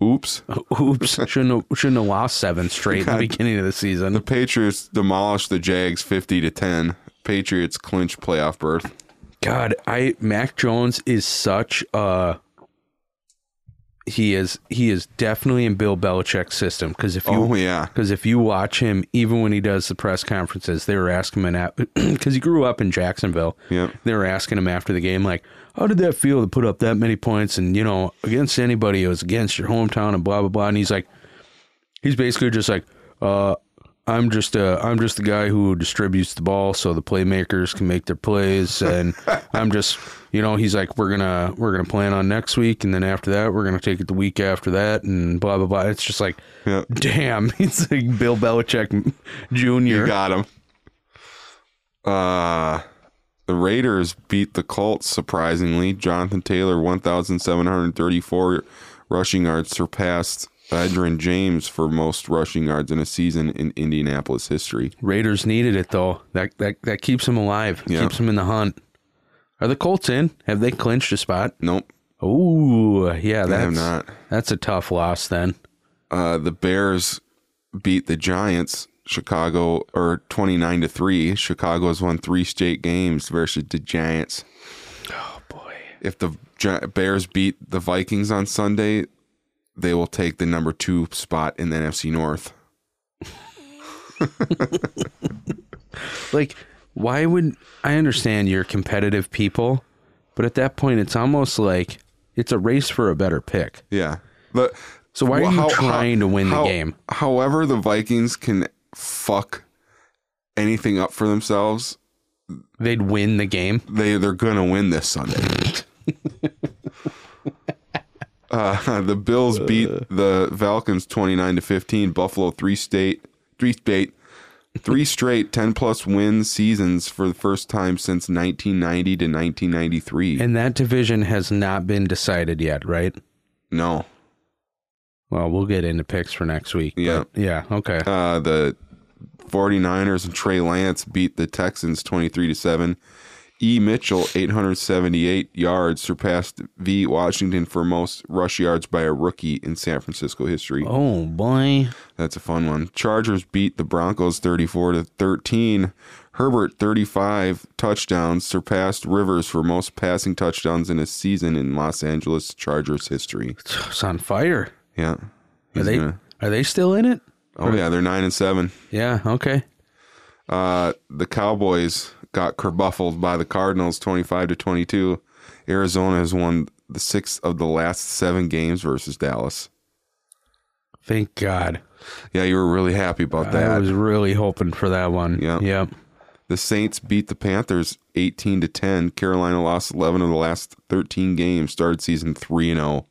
Oops. Oops, shouldn't have, shouldn't have lost seven straight at the beginning of the season. Patriots demolish the Jags 50 to 10. Patriots clinch playoff berth. God, I Mac Jones is such a he is he is definitely in Bill Belichick's system because if you Oh yeah. Because if you watch him, even when he does the press conferences, they were asking him at because he grew up in Jacksonville. Yep. They were asking him after the game, like, "How did that feel to put up that many points?" And you know, against anybody, it was against your hometown and blah blah blah. And he's like, he's basically just like, uh, "I'm just uh, I'm just the guy who distributes the ball so the playmakers can make their plays." And I'm just, you know, he's like, "We're gonna we're gonna plan on next week, and then after that, we're gonna take it the week after that, and blah blah blah." It's just like. Yeah. Damn, it's like Bill Belichick You Jr. got him. Uh the Raiders beat the Colts surprisingly. Jonathan Taylor 1734 rushing yards surpassed Adrian James for most rushing yards in a season in Indianapolis history. Raiders needed it though. That that that keeps them alive. Yeah. Keeps them in the hunt. Are the Colts in? Have they clinched a spot? Nope, Oh, yeah, they that's have not. that's a tough loss then. Uh the Bears beat the Giants Chicago or 29 to 3. Chicago has won 3 straight games versus the Giants. Oh, Boy. if the Gi- Bears beat the Vikings on Sunday, they will take the number two spot in the NFC North. Like why would I understand you're competitive people, but at that point it's almost like it's a race for a better pick. Yeah. But So why are you trying to win the game? However, the Vikings can fuck anything up for themselves. They'd win the game. They they're gonna win this Sunday. Uh, the Bills beat the Falcons 29 to 15. Buffalo three state three state three straight 10 plus win seasons for the first time since 1990 to 1993. And that division has not been decided yet, right? no. Well, we'll get into picks for next week. but- Yeah. Yeah. Okay. Uh, the 49ers and Trey Lance beat the Texans 23 to 7. E. Mitchell, 878 yards, surpassed V. Washington for most rush yards by a rookie in San Francisco history. Oh boy. That's a fun one. Chargers beat the Broncos 34 to 13. Herbert 35 touchdowns surpassed Rivers for most passing touchdowns in a season in Los Angeles Chargers history. It's on fire. Yeah. Are He's they gonna- are they still in it? oh yeah, they're 9 and 7. Yeah, okay. Uh the Cowboys got kerbuffled by the Cardinals 25 to 22. Arizona has won the 6th of the last 7 games versus Dallas. Thank God. Yeah, you were really happy about that. I was really hoping for that one. Yeah. Yep. The Saints beat the Panthers 18 to 10. Carolina lost 11 of the last 13 games. Started season 3 and 0.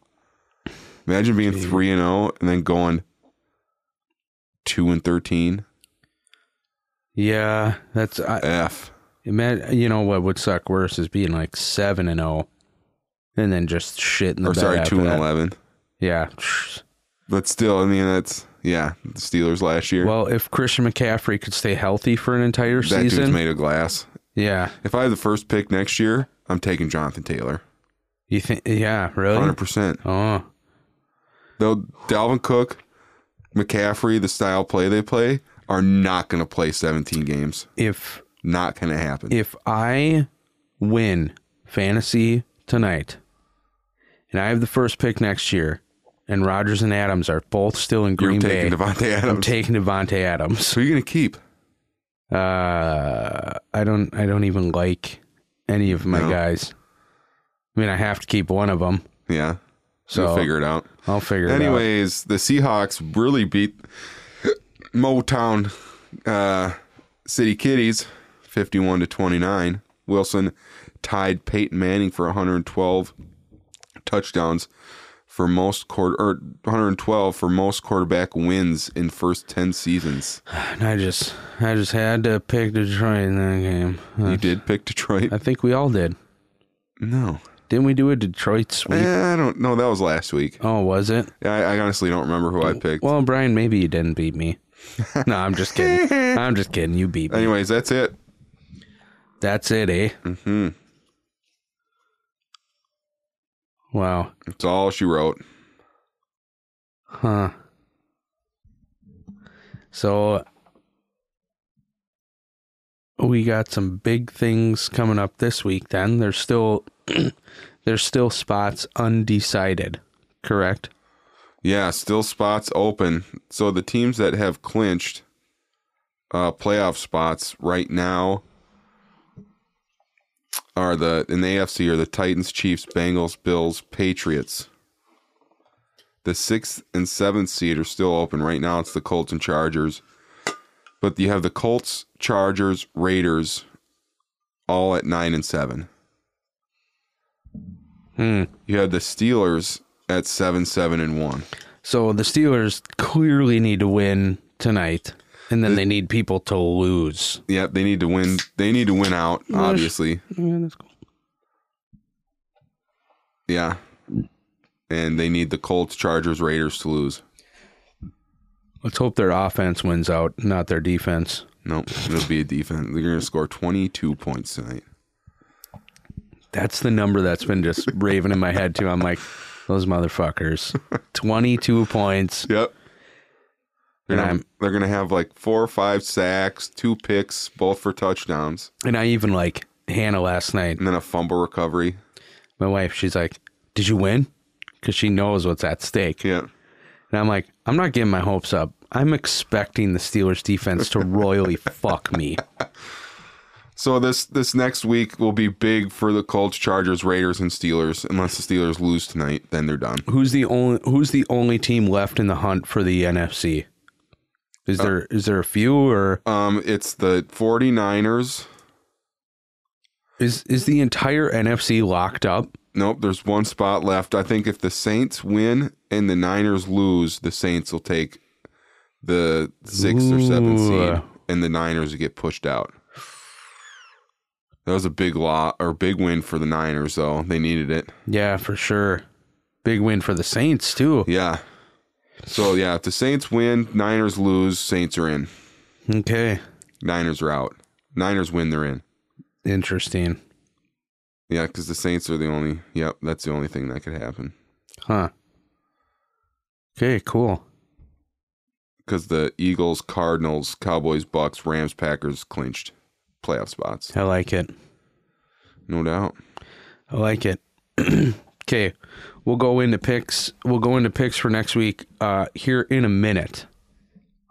Imagine being 3 and 0 and then going 2 and 13. Yeah, that's I F. ima- you know what would suck worse is being like 7 and 0 and then just shit in the Or bed sorry, after 2 and that. 11. Yeah. But still, I mean that's yeah, the Steelers last year. Well, if Christian McCaffrey could stay healthy for an entire that season. dude's made of glass. yeah. If I have the first pick next year, I'm taking Jonathan Taylor. You think yeah, really? 100%. Oh. Though Dalvin Cook, McCaffrey, the style play they play are not going to play 17 games. If Not going to happen. if I win fantasy tonight and I have the first pick next year and Rodgers and Adams are both still in Green You're Bay, taking Devontae I'm Adams. taking Devontae Adams. Who are you going to keep? Uh, I don't I don't even like any of my No. guys. I mean, I have to keep one of them. Yeah. So So- figure it out. I'll figure it Anyways, the Seahawks really beat Motown uh, City Kitties 51 to 29. Wilson tied Peyton Manning for 112 touchdowns for most quarter or 112 for most quarterback wins in first 10 seasons. out. And I just I just had to pick Detroit in that game. You Uh, did pick Detroit? I think we all did. No. Didn't we do a Detroit sweep? Eh, I don't know. That was last week. Oh, was it? I, I honestly don't remember who I picked. Well, Brian, maybe you didn't beat me. No, I'm just kidding. I'm just kidding. You beat me. Anyways, that's it. That's it, eh? hmm Wow. That's all she wrote. Huh. So we got some big things coming up this week then. There's still there's still spots undecided, correct? Yeah, still spots open. So the teams that have clinched uh, playoff spots right now are the in the AFC are the Titans, Chiefs, Bengals, Bills, Patriots. The sixth and seventh seed are still open right now. It's the Colts and Chargers, but you have the Colts, Chargers, Raiders, all at nine and seven. Hmm. You have the Steelers at seven, seven and one. So the Steelers clearly need to win tonight and then they need people to lose. Yep, they need to win. They need to win out, obviously. Yeah, that's cool. Yeah. And they need the Colts, Chargers, Raiders to lose. Let's hope their offense wins out, not their defense. Nope, it'll be a defense. They're going to score 22 points tonight. That's the number that's been just raving in my head too. I'm like, those motherfuckers. 22 points. Yep. They're And gonna, I'm- they're gonna have like four or five sacks, two picks, both for touchdowns, And I even like Hannah last night. and then a fumble recovery. My wife, she's like, "Did you win?" Cuz she knows what's at stake. Yeah, And I'm like, "I'm not getting my hopes up. I'm expecting the Steelers defense to royally fuck me." So this this next week will be big for the Colts, Chargers, Raiders, and Steelers. Unless the Steelers lose tonight, then they're done. Who's the only who's the only team left in the hunt for the NFC? Is there is there a few or Um, it's the 49ers. is is the entire NFC locked up? Nope, there's one spot left. I think if the Saints win and the Niners lose, the Saints will take the sixth or seventh Ooh. seed, and the Niners get pushed out. That was a big lot or big win for the Niners, though. They needed it. Yeah, for sure. Big win for the Saints too. Yeah. So yeah, if the Saints win, Niners lose, Saints are in. Okay. Niners are out. Niners win, they're in. Interesting. Yeah, because the Saints are the only. Yep, that's the only thing that could happen. Huh. Okay, cool. Because the Eagles, Cardinals, Cowboys, Bucks, Rams, Packers clinched playoff spots. I like it. No doubt. I like it. okay. We'll go into picks. We'll go into picks for next week uh here in a minute.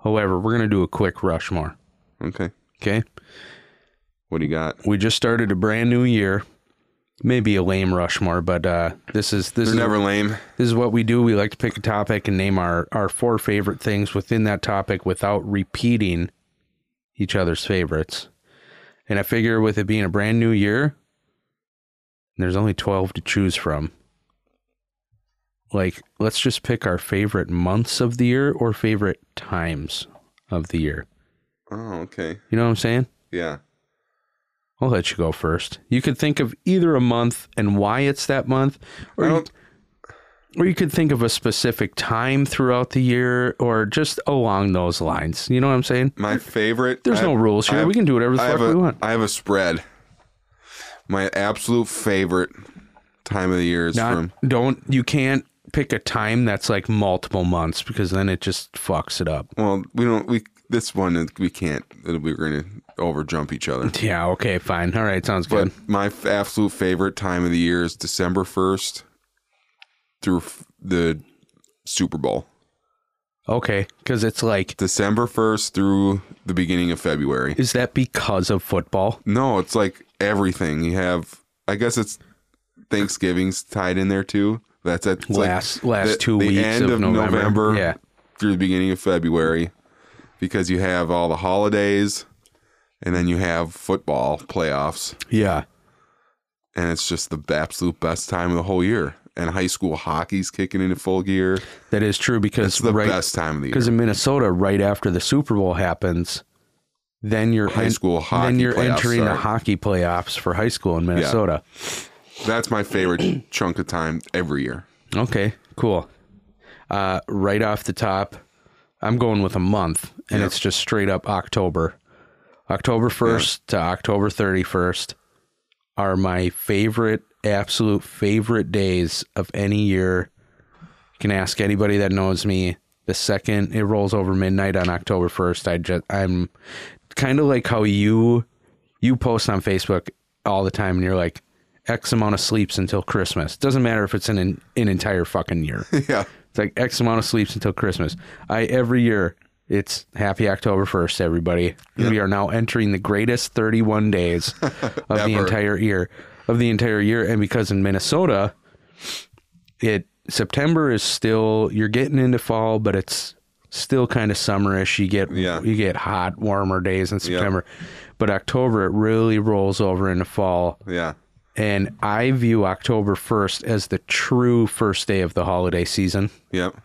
However, we're going to do a quick Rushmore. Okay. Okay? What do you got? We just started a brand new year. Maybe a lame Rushmore, but uh this is this They're is never lame. This is what we do. We like to pick a topic and name our, our four favorite things within that topic without repeating each other's favorites. And I figure with it being a brand new year, there's only 12 to choose from. Like, let's just pick our favorite months of the year or favorite times of the year. Oh, okay. You know what I'm saying? Yeah. I'll let you go first. You could think of either a month and why it's that month, or I you, don't- or you could think of a specific time throughout the year, or just along those lines. You know what I'm saying? My favorite. There's I- no rules I here. have- we can do whatever the I have fuck a- we want. I have a spread. My absolute favorite time of the year is Not, from Don't you can't pick a time that's like multiple months because then it just fucks it up. Well, we don't. We this one we can't. We're gonna overjump each other. Yeah. Okay. Fine. All right. Sounds But good. my f- absolute favorite time of the year is December first through f- the Super Bowl. Okay. Because it's like, December first through the beginning of February. is that because of football? No, it's like everything you have. I guess it's Thanksgiving's tied in there too. That's at it's like Last- last the- two the weeks end of of November. November Yeah. through the beginning of February, because you have all the holidays, and then you have football playoffs, Yeah. and it's just the absolute best time of the whole year. And high school hockey's kicking into full gear. That is true because It's the right, best time of the Because year. in Minnesota, right after the Super Bowl happens, then you're High school hockey Then you're playoffs entering the start. hockey playoffs for high school in Minnesota. That's my favorite chunk of time every year. Okay, cool. Uh, right off the top, I'm going with a month, and Yeah. it's just straight up October. October 1st to October 31st are my favorite, absolute favorite days of any year. You can ask anybody that knows me. The second it rolls over midnight on October 1st, I just I'm kind of like how you you post on Facebook all the time and you're like X amount of sleeps until Christmas. Doesn't matter if it's an an entire fucking year. yeah. It's like X amount of sleeps until Christmas. I every year it's happy October first, everybody. We are now entering the greatest thirty one days of the Ever. entire year. Of the entire year. And because in Minnesota it September is still you're getting into fall, but it's still kind of summerish. You get Yeah. you get hot, warmer days in September. But October it really rolls over into fall. Yeah. And I view October first as the true first day of the holiday season. Yep.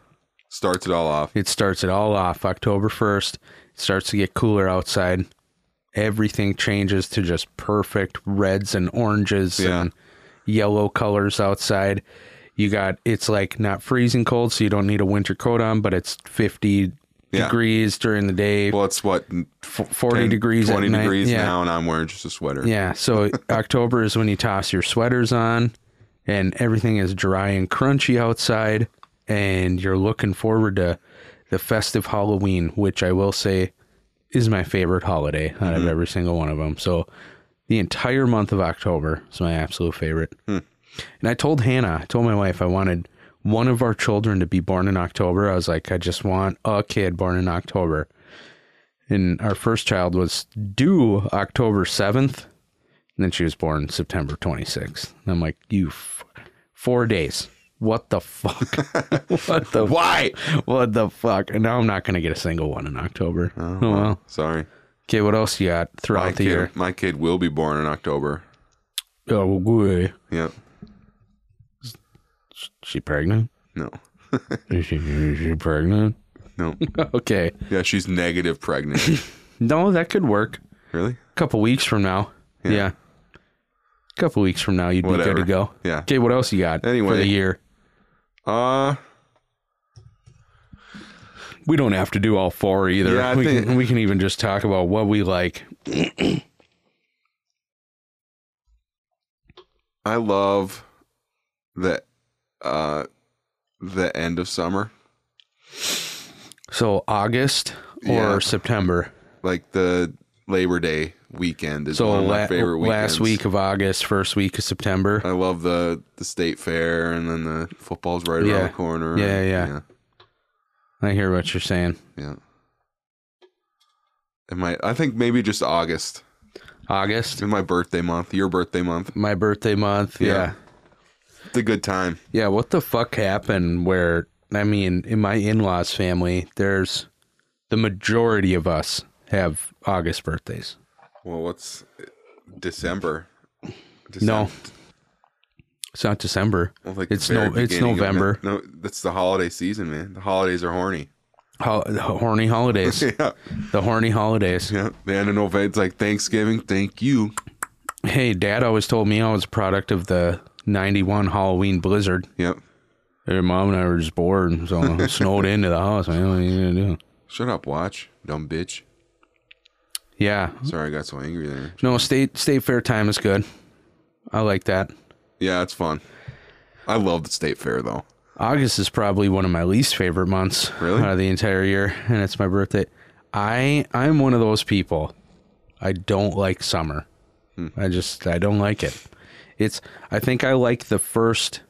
Starts it all off. It starts it all off October 1st. It starts to get cooler outside. Everything changes to just perfect reds and oranges Yeah. and yellow colors outside. You got it's like not freezing cold, so you don't need a winter coat on, but it's 50 Yeah. degrees during the day, Well, it's what f- 40 10, degrees 20 at night. degrees yeah. now, and I'm wearing just a sweater. Yeah, so October is when you toss your sweaters on and everything is dry and crunchy outside and you're looking forward to the festive Halloween, which I will say is my favorite holiday out of every single one of them. So the entire month of October is my absolute favorite. And I told Hannah, I told my wife I wanted one of our children to be born in October. I was like, I just want a kid born in October. And our first child was due October 7th. And then she was born September 26th. And I'm like, you, f- four days. What the fuck? what the Why? What the fuck? And now I'm not going to get a single one in October. Oh, well. Sorry. Okay, what else you got throughout My the kid, year? my kid will be born in October. Oh, wait. Yep. She pregnant? No. Is she, is she pregnant? No. Okay. Yeah, she's negative pregnant. No, that could work. really? A couple weeks from now. Yeah. A couple weeks from now, you'd be good Whatever. to go. Yeah. Okay, what else you got for Anyway. the year? Uh, We don't have to do all four either. Yeah, I we, think- can, we can even just talk about what we like. I love the uh the end of summer, So, August or Yeah. September? like the Labor Day weekend is So, one of my la- favorite weekends. last week of August, first week of September. I love the the state fair, and then the football's right around Yeah. the corner. Yeah, and- yeah. I hear what you're saying. yeah, yeah. It might. I think maybe just August. August, It's my birthday month. Your birthday month. my birthday month. Yeah. yeah. It's a good time. Yeah, what the fuck happened where I mean, in my in-laws family, there's the majority of us have August birthdays. Well, what's December? No. It's not December. Well, like It's the very no- it's beginning of November. No, that's the holiday season, man. The holidays are horny. Ho- the horny holidays. yeah, the horny holidays. yeah. The end of November, it's like Thanksgiving. Thank you. Hey, dad always told me I was a product of the 91 Halloween blizzard. Yep. Your mom and I were just bored, so I snowed into the house, man. What are you going to do? Shut up, watch, dumb bitch. Yeah. Sorry, I got so angry there. No, state state fair time is good. I like that. Yeah, it's fun. I love the state fair though. August is probably one of my least favorite months Really? out of the entire year, and it's my birthday. I I'm one of those people. I don't like summer. Hmm. I just I don't like it. It's I think I like the first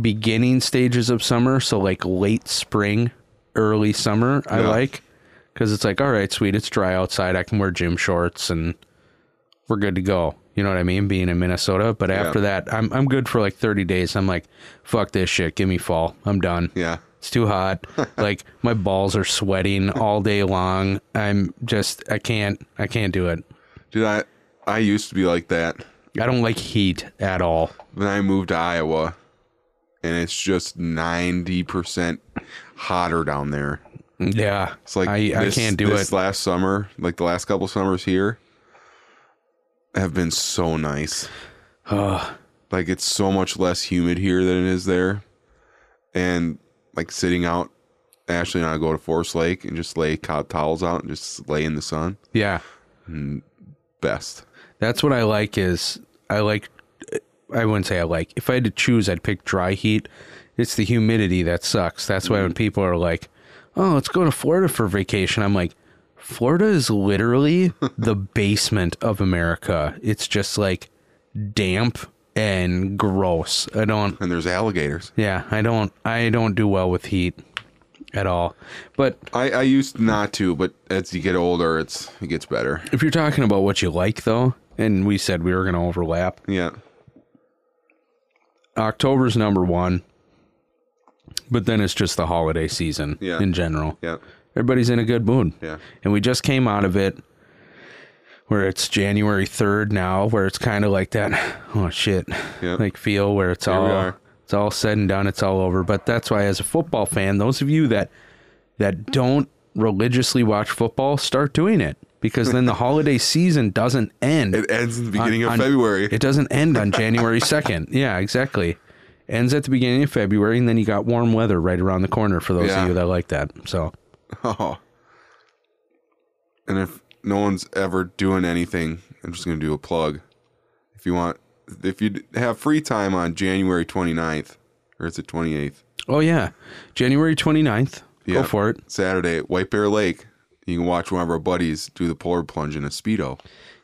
beginning stages of summer, so like late spring, early summer. I Yeah. like because it's like all right, sweet, it's dry outside. I can wear gym shorts and we're good to go. You know what I mean? Being in Minnesota, but after that, I'm I'm good for like 30 days. I'm like, fuck this shit. Give me fall. I'm done. Yeah, It's too hot. like my balls are sweating all day long. I'm just I can't I can't do it. dude. I I used to be like that. I don't like heat at all. Then I moved to Iowa, and it's just ninety percent hotter down there. Yeah. It's like I, I this- can't do this it. last summer, like the last couple summers here, have been so nice. Like it's so much less humid here than it is there, and like sitting out. Ashley and I go to Forest Lake and just lay cot towels out and just lay in the sun. yeah. Best. That's what I like is I like I wouldn't say I like. If I had to choose, I'd pick dry heat. It's the humidity that sucks. That's why when people are like, "Oh, let's go to Florida for vacation." I'm like, "Florida is literally the basement of America. It's just like damp and gross. I don't And there's alligators. yeah, I don't I don't do well with heat at all. But I, I used not to, but as you get older, it's it gets better. if you're talking about what you like though, and we said we were going to overlap, Yeah, October's number one, but then it's just the holiday season Yeah. in general. yeah, Everybody's in a good mood. yeah. And we just came out of it where it's January 3rd now, where it's kind of like that, oh shit, Yep. like feel where it's we all, are. it's all said and done. It's all over. But that's why as a football fan, those of you that, that don't religiously watch football, start doing it because then the holiday season doesn't end. It ends in the beginning of on- February. It doesn't end on January 2nd. Yeah, exactly. Ends at the beginning of February, and then you got warm weather right around the corner for those Yeah. of you that like that. So, oh. And if no one's ever doing anything, I'm just gonna do a plug. If you want, if you have free time on January 29th, or is it 28th? oh, yeah. January 29th. Yeah. Go for it. Saturday at White Bear Lake, you can watch one of our buddies do the polar plunge in a speedo.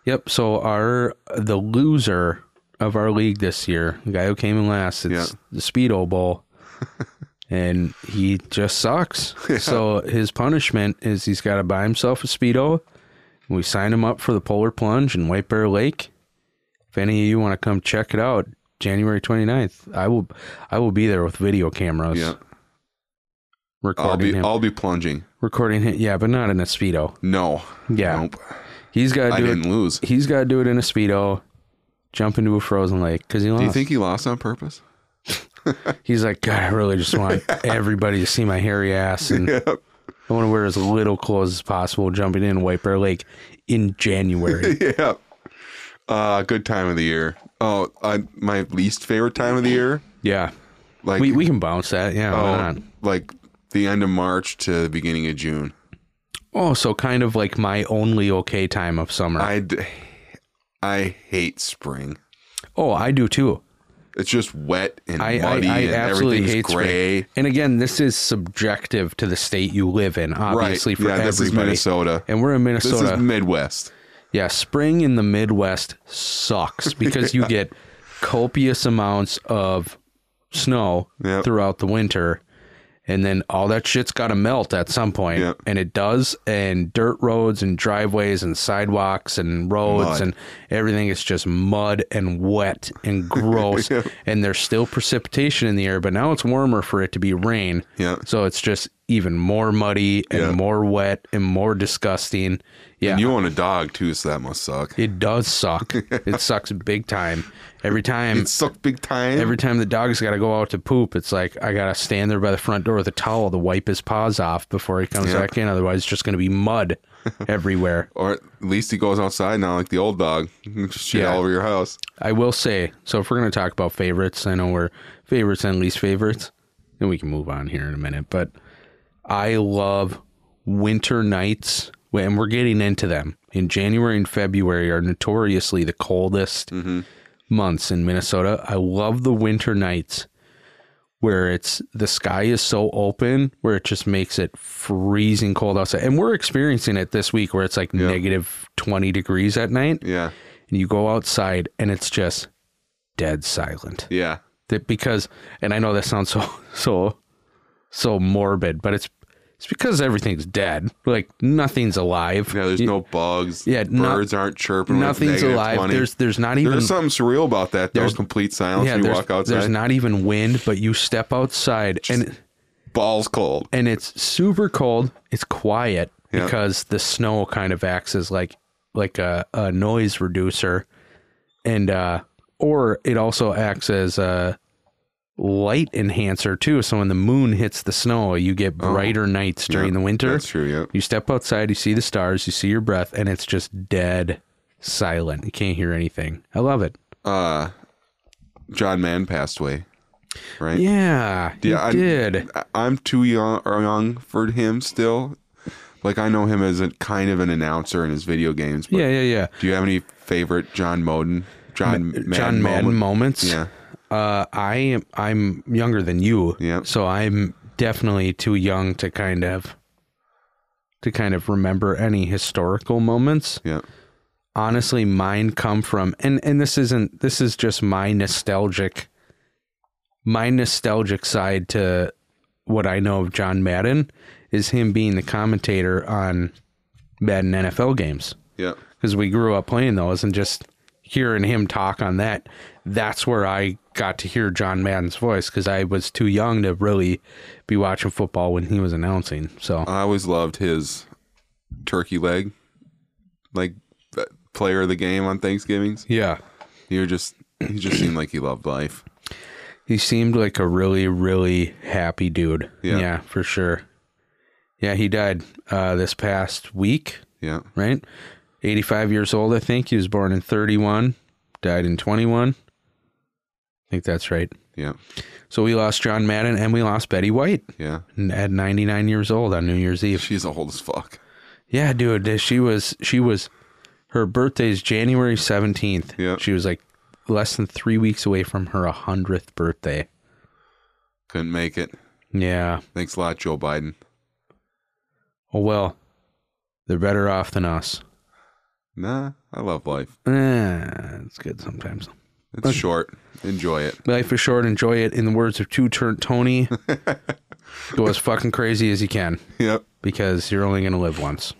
Yep. So, our the loser of our league this year, the guy who came in last, it's Yeah. the Speedo Bowl. and he just sucks. So, his punishment is he's got to buy himself a Speedo. We sign him up for the Polar Plunge in White Bear Lake. If any of you want to come check it out, January 29th, I will I will be there with video cameras Yeah, I'll recording be him. I'll be plunging. recording him, yeah, but not in a speedo. No, Yeah. nope. He's got I to do didn't it. lose. He's got to do it in a speedo. jump into a frozen lake because he lost. Do you think he lost on purpose? He's like, God, I really just want everybody to see my hairy ass, and Yep. I want to wear as little clothes as possible. Jumping in White Bear Lake in January. yeah. Uh, good time of the year. Oh, uh, my least favorite time of the year. yeah, Like we we can bounce that. Yeah, why oh, not? like the end of March to the beginning of June. Oh, so kind of like my only okay time of summer. I d- I hate spring. oh, I do too. It's just wet and I, I, muddy I and absolutely everything's hate spring. gray. And again, this is subjective to the state you live in, obviously right. for yeah, everybody. this is Minnesota. And we're in This Minnesota. is Midwest. yeah, spring in the Midwest sucks because you get copious amounts of snow Yep. throughout the winter. And then all that shit's got to melt at some point, Yep. and it does. And dirt roads and driveways and sidewalks and roads Mud. and everything is just mud and wet and gross. And there's still precipitation in the air, but now it's warmer for it to be rain. Yeah. So it's just even more muddy and Yeah. more wet and more disgusting. Yeah. And you own a dog too, so that must suck. It does suck. it sucks big time. Every time It sucked big time. every time the dog's got to go out to poop, it's like I got to stand there by the front door with a towel to wipe his paws off before he comes Yep. back in otherwise it's just going to be mud everywhere. or at least he goes outside now, like the old dog. Just shit Yeah. all over your house. I will say, so if we're going to talk about favorites, I know we're favorites and least favorites, and we can move on here in a minute, but I love winter nights, and we're getting into them. In January and February are notoriously the coldest months in Minnesota. I love the winter nights where it's the sky is so open where it just makes it freezing cold outside. And we're experiencing it this week where it's like negative 20 degrees at night Yeah. and you go outside and it's just dead silent Yeah. that because and i know that sounds so so so morbid but it's it's because everything's dead like nothing's alive Yeah, there's You- no bugs. Yeah, no- birds aren't chirping. when it's nothing's negative alive 20. there's there's not even There's something surreal about that. though. There's- complete silence. yeah when you there's, walk outside. there's not even wind but you step outside and balls cold. and it's super cold it's quiet Yeah. because the snow kind of acts as like like a, a noise reducer and uh or it also acts as a light enhancer too so when the moon hits the snow you get brighter nights during Oh. Yeah, the winter That's true. Yep. you step outside you see the stars you see your breath and it's just dead silent you can't hear anything i love it Uh, John Mann passed away. Right. yeah you Yeah, I- did I- I'm too young, or young for him still. Like I know him as a kind of an announcer in his video games. But yeah yeah yeah Do you have any favorite John Moden? John Madden John Madden moment? moments. Yeah. Uh, I am. I'm younger than you. Yep. So I'm definitely too young to kind of to kind of remember any historical moments. Yeah. Honestly, mine come from and and this isn't. This is just my nostalgic, my nostalgic side to what I know of John Madden is him being the commentator on Madden NFL games Yeah. because we grew up playing those and just hearing him talk on that that's where i got to hear john madden's voice because i was too young to really be watching football when he was announcing so I always loved his turkey leg, like that player of the game on Thanksgivings. yeah He would just he just seemed like he loved life. he seemed like a really really happy dude Yeah. for sure yeah he died uh, this past week Yeah. right 85 years old i think he was born in 31 died in 21 i think that's right Yeah. so we lost john madden and we lost betty white Yeah. at 99 years old on New Year's Eve. She's old as fuck. Yeah, dude, she was she was her birthday's January 17th. Yeah. She was like less than 3 weeks away from her 100th birthday. Couldn't make it. Yeah. Thanks a lot, Joe Biden. Oh well. They're better off than us. Nah, I love life. Eh, it's good sometimes. It's short. Enjoy it. Life is short, enjoy it. In the words of two turn Tony, go as fucking crazy as you can Yep. because you're only going to live once.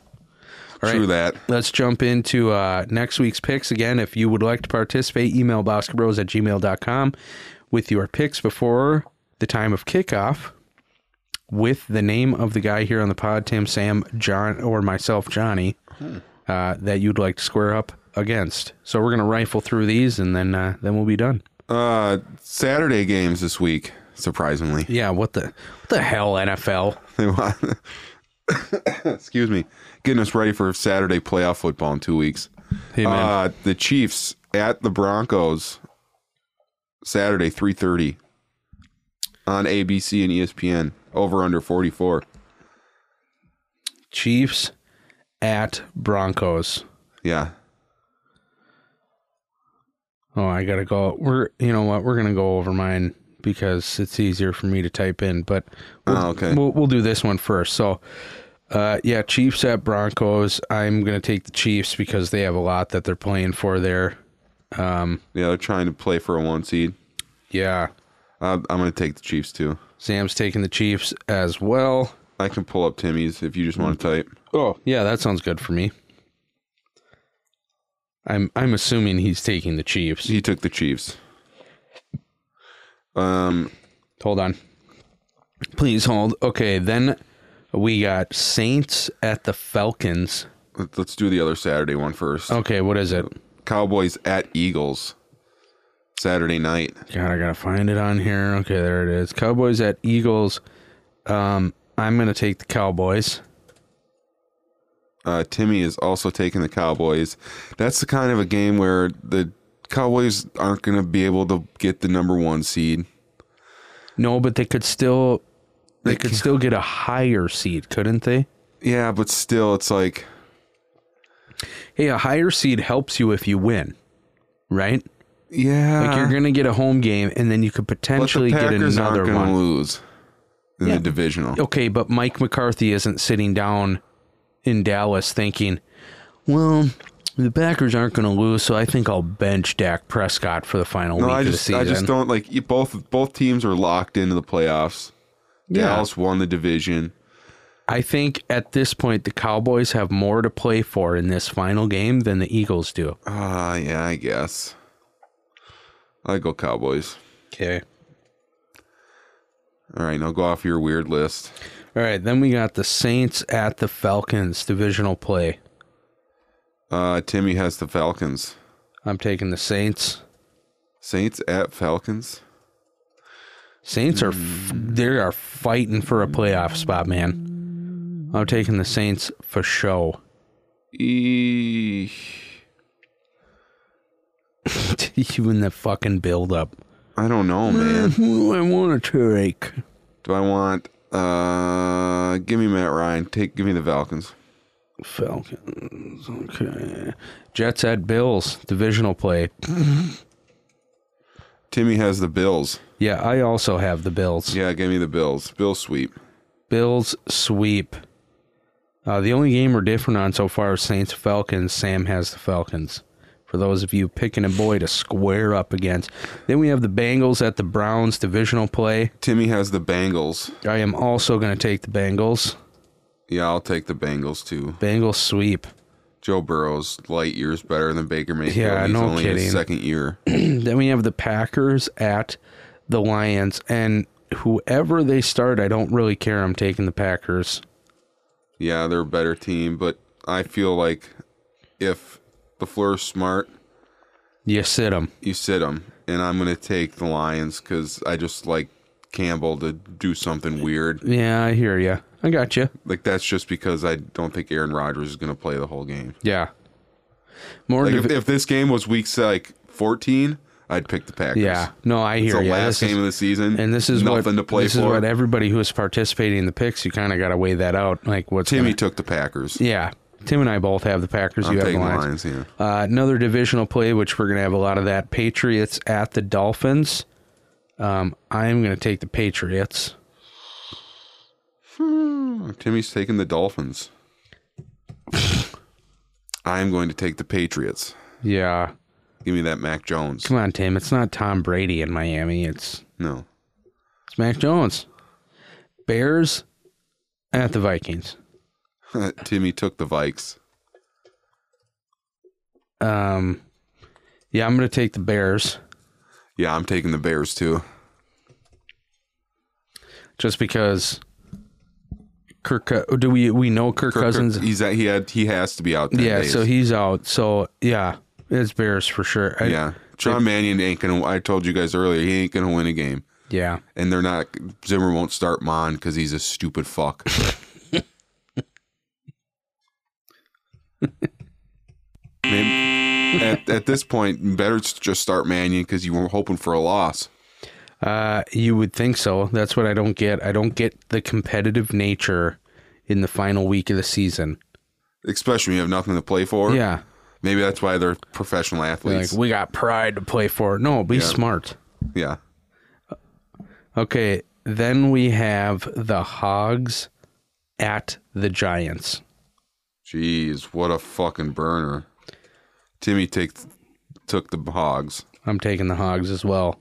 All True that. Let's jump into uh, next week's picks. Again, if you would like to participate, email basketbros at gmail.com with your picks before the time of kickoff with the name of the guy here on the pod, Tim, Sam, John, or myself, Johnny. uh, that you'd like to square up against. So we're gonna rifle through these, and then uh, then we'll be done. Uh, Saturday games this week, surprisingly. Yeah. What the what the hell, NFL? They want, excuse me, getting us ready for Saturday playoff football in two weeks. Hey man, Uh, the Chiefs at the Broncos Saturday, three thirty on ABC and E ESPN. Over under forty four. Chiefs at Broncos. Yeah, Oh, I gotta go. We're you know what? We're gonna go over mine because it's easier for me to type in. But we'll, Oh, okay. we'll we'll do this one first. So, uh, yeah, Chiefs at Broncos. I'm gonna take the Chiefs because they have a lot that they're playing for there. yeah, they're trying to play for a one seed. Yeah, Uh, I'm going to take the Chiefs too. Sam's taking the Chiefs as well. I can pull up Timmy's if you just want to type. Oh, yeah, that sounds good for me. I'm I'm assuming he's taking the Chiefs. He took the Chiefs. Um, Hold on. Please hold. Okay, then we got Saints at the Falcons. let- let's do the other Saturday one first. Okay, what is it? Cowboys at Eagles Saturday night. God, I gotta find it on here. Okay, there it is. Cowboys at Eagles. Um, I'm gonna take the Cowboys. Uh, Timmy is also taking the Cowboys. That's the kind of a game where the Cowboys aren't going to be able to get the number one seed. No, but they could still they could still get a higher seed, couldn't they? Yeah, but still, it's like Hey, a higher seed helps you if you win, right? yeah, Like you're gonna get a home game, and then you could Uh-huh. but the potentially get Packers aren't another going to one. lose in the divisional. Okay, but Mike McCarthy isn't sitting down in Dallas thinking, "Well, the Packers aren't going to lose, so I think I'll bench Dak Prescott for the final No, week I of the just season." I just don't like you- both both teams are locked into the playoffs. Yeah. Dallas won the division. I think at this point the Cowboys have more to play for in this final game than the Eagles do. Ah, yeah, I guess. I go Cowboys. Okay. All right, now go off your weird list. All right, then we got the Saints at the Falcons divisional play. Uh, Timmy has the Falcons. I'm taking the Saints. Saints at Falcons. Saints are f- they are fighting for a playoff spot, man. I'm taking the Saints for show. Eesh. you in the fucking build up. I don't know, man. Who I want to take? Do I want? Uh, give me Matt Ryan. Take, give me the Falcons. Falcons. Okay. Jets at Bills divisional play. Timmy has the Bills. Yeah, I also have the Bills. Yeah, give me the Bills. Bill sweep. Bills sweep. Uh, the only game we're different on so far is Saints Falcons. Sam has the Falcons. For those of you picking a boy to square up against. Then we have the Bengals at the Browns divisional play. Timmy has the Bengals. I am also going to take the Bengals. Yeah, I'll take the Bengals too. Bengals sweep. Joe Burrow's light years better than Baker Mayfield. Yeah, He's no only in kidding. his second year. Then we have the Packers at the Lions, and whoever they start, I don't really care. I'm taking the Packers. yeah, they're a better team, but I feel like if the Fleur's smart, You sit them. you sit him, and I'm gonna take the Lions because I just like Campbell to do something weird. Yeah, I hear you. I got you. Like that's just because I don't think Aaron Rodgers is gonna play the whole game. Yeah. More. Like div- if, if this game was week like 14, I'd pick the Packers. yeah. No, I it's hear the you. last game of the season, and this is what nothing to play this is for. what everybody who is participating in the picks. You kind of got to weigh that out. Like what's Timmy gonna- took the Packers. yeah. Tim and I both have the Packers. I'm you have the taking the Lions. Lions. Yeah. Uh, another divisional play, which we're going to have a lot of that. Patriots at the Dolphins. Um, I'm going to take the Patriots. Timmy's taking the Dolphins. I'm going to take the Patriots. Yeah. Give me that Mac Jones. Come on, Tim. It's not Tom Brady in Miami. It's No. it's Mac Jones. Bears at the Vikings. Timmy took the Vikes. Um, yeah, I'm going to take the Bears Yeah, I'm taking the Bears too. just because Kirk? Cou- oh, Do we we know Kirk, Kirk- Cousins? He's at, he had he has to be out. That yeah, days. so he's out. So yeah, it's Bears for sure. I- yeah. John Mannion ain't gonna. I told you guys earlier, he ain't gonna win a game, yeah. and they're not. Zimmer won't start Mon because he's a stupid fuck. Maybe- at, at this point, better just start Mannion because you were hoping for a loss. Uh, you would think so. That's what I don't get. I don't get the competitive nature in the final week of the season. especially when you have nothing to play for. yeah, Maybe that's why they're professional like athletes. we got pride to play for. No, be smart. yeah. Okay, then we have the Hogs at the Giants. Jeez, what a fucking burner. Timmy take, took the hogs. I'm taking the Hogs as well.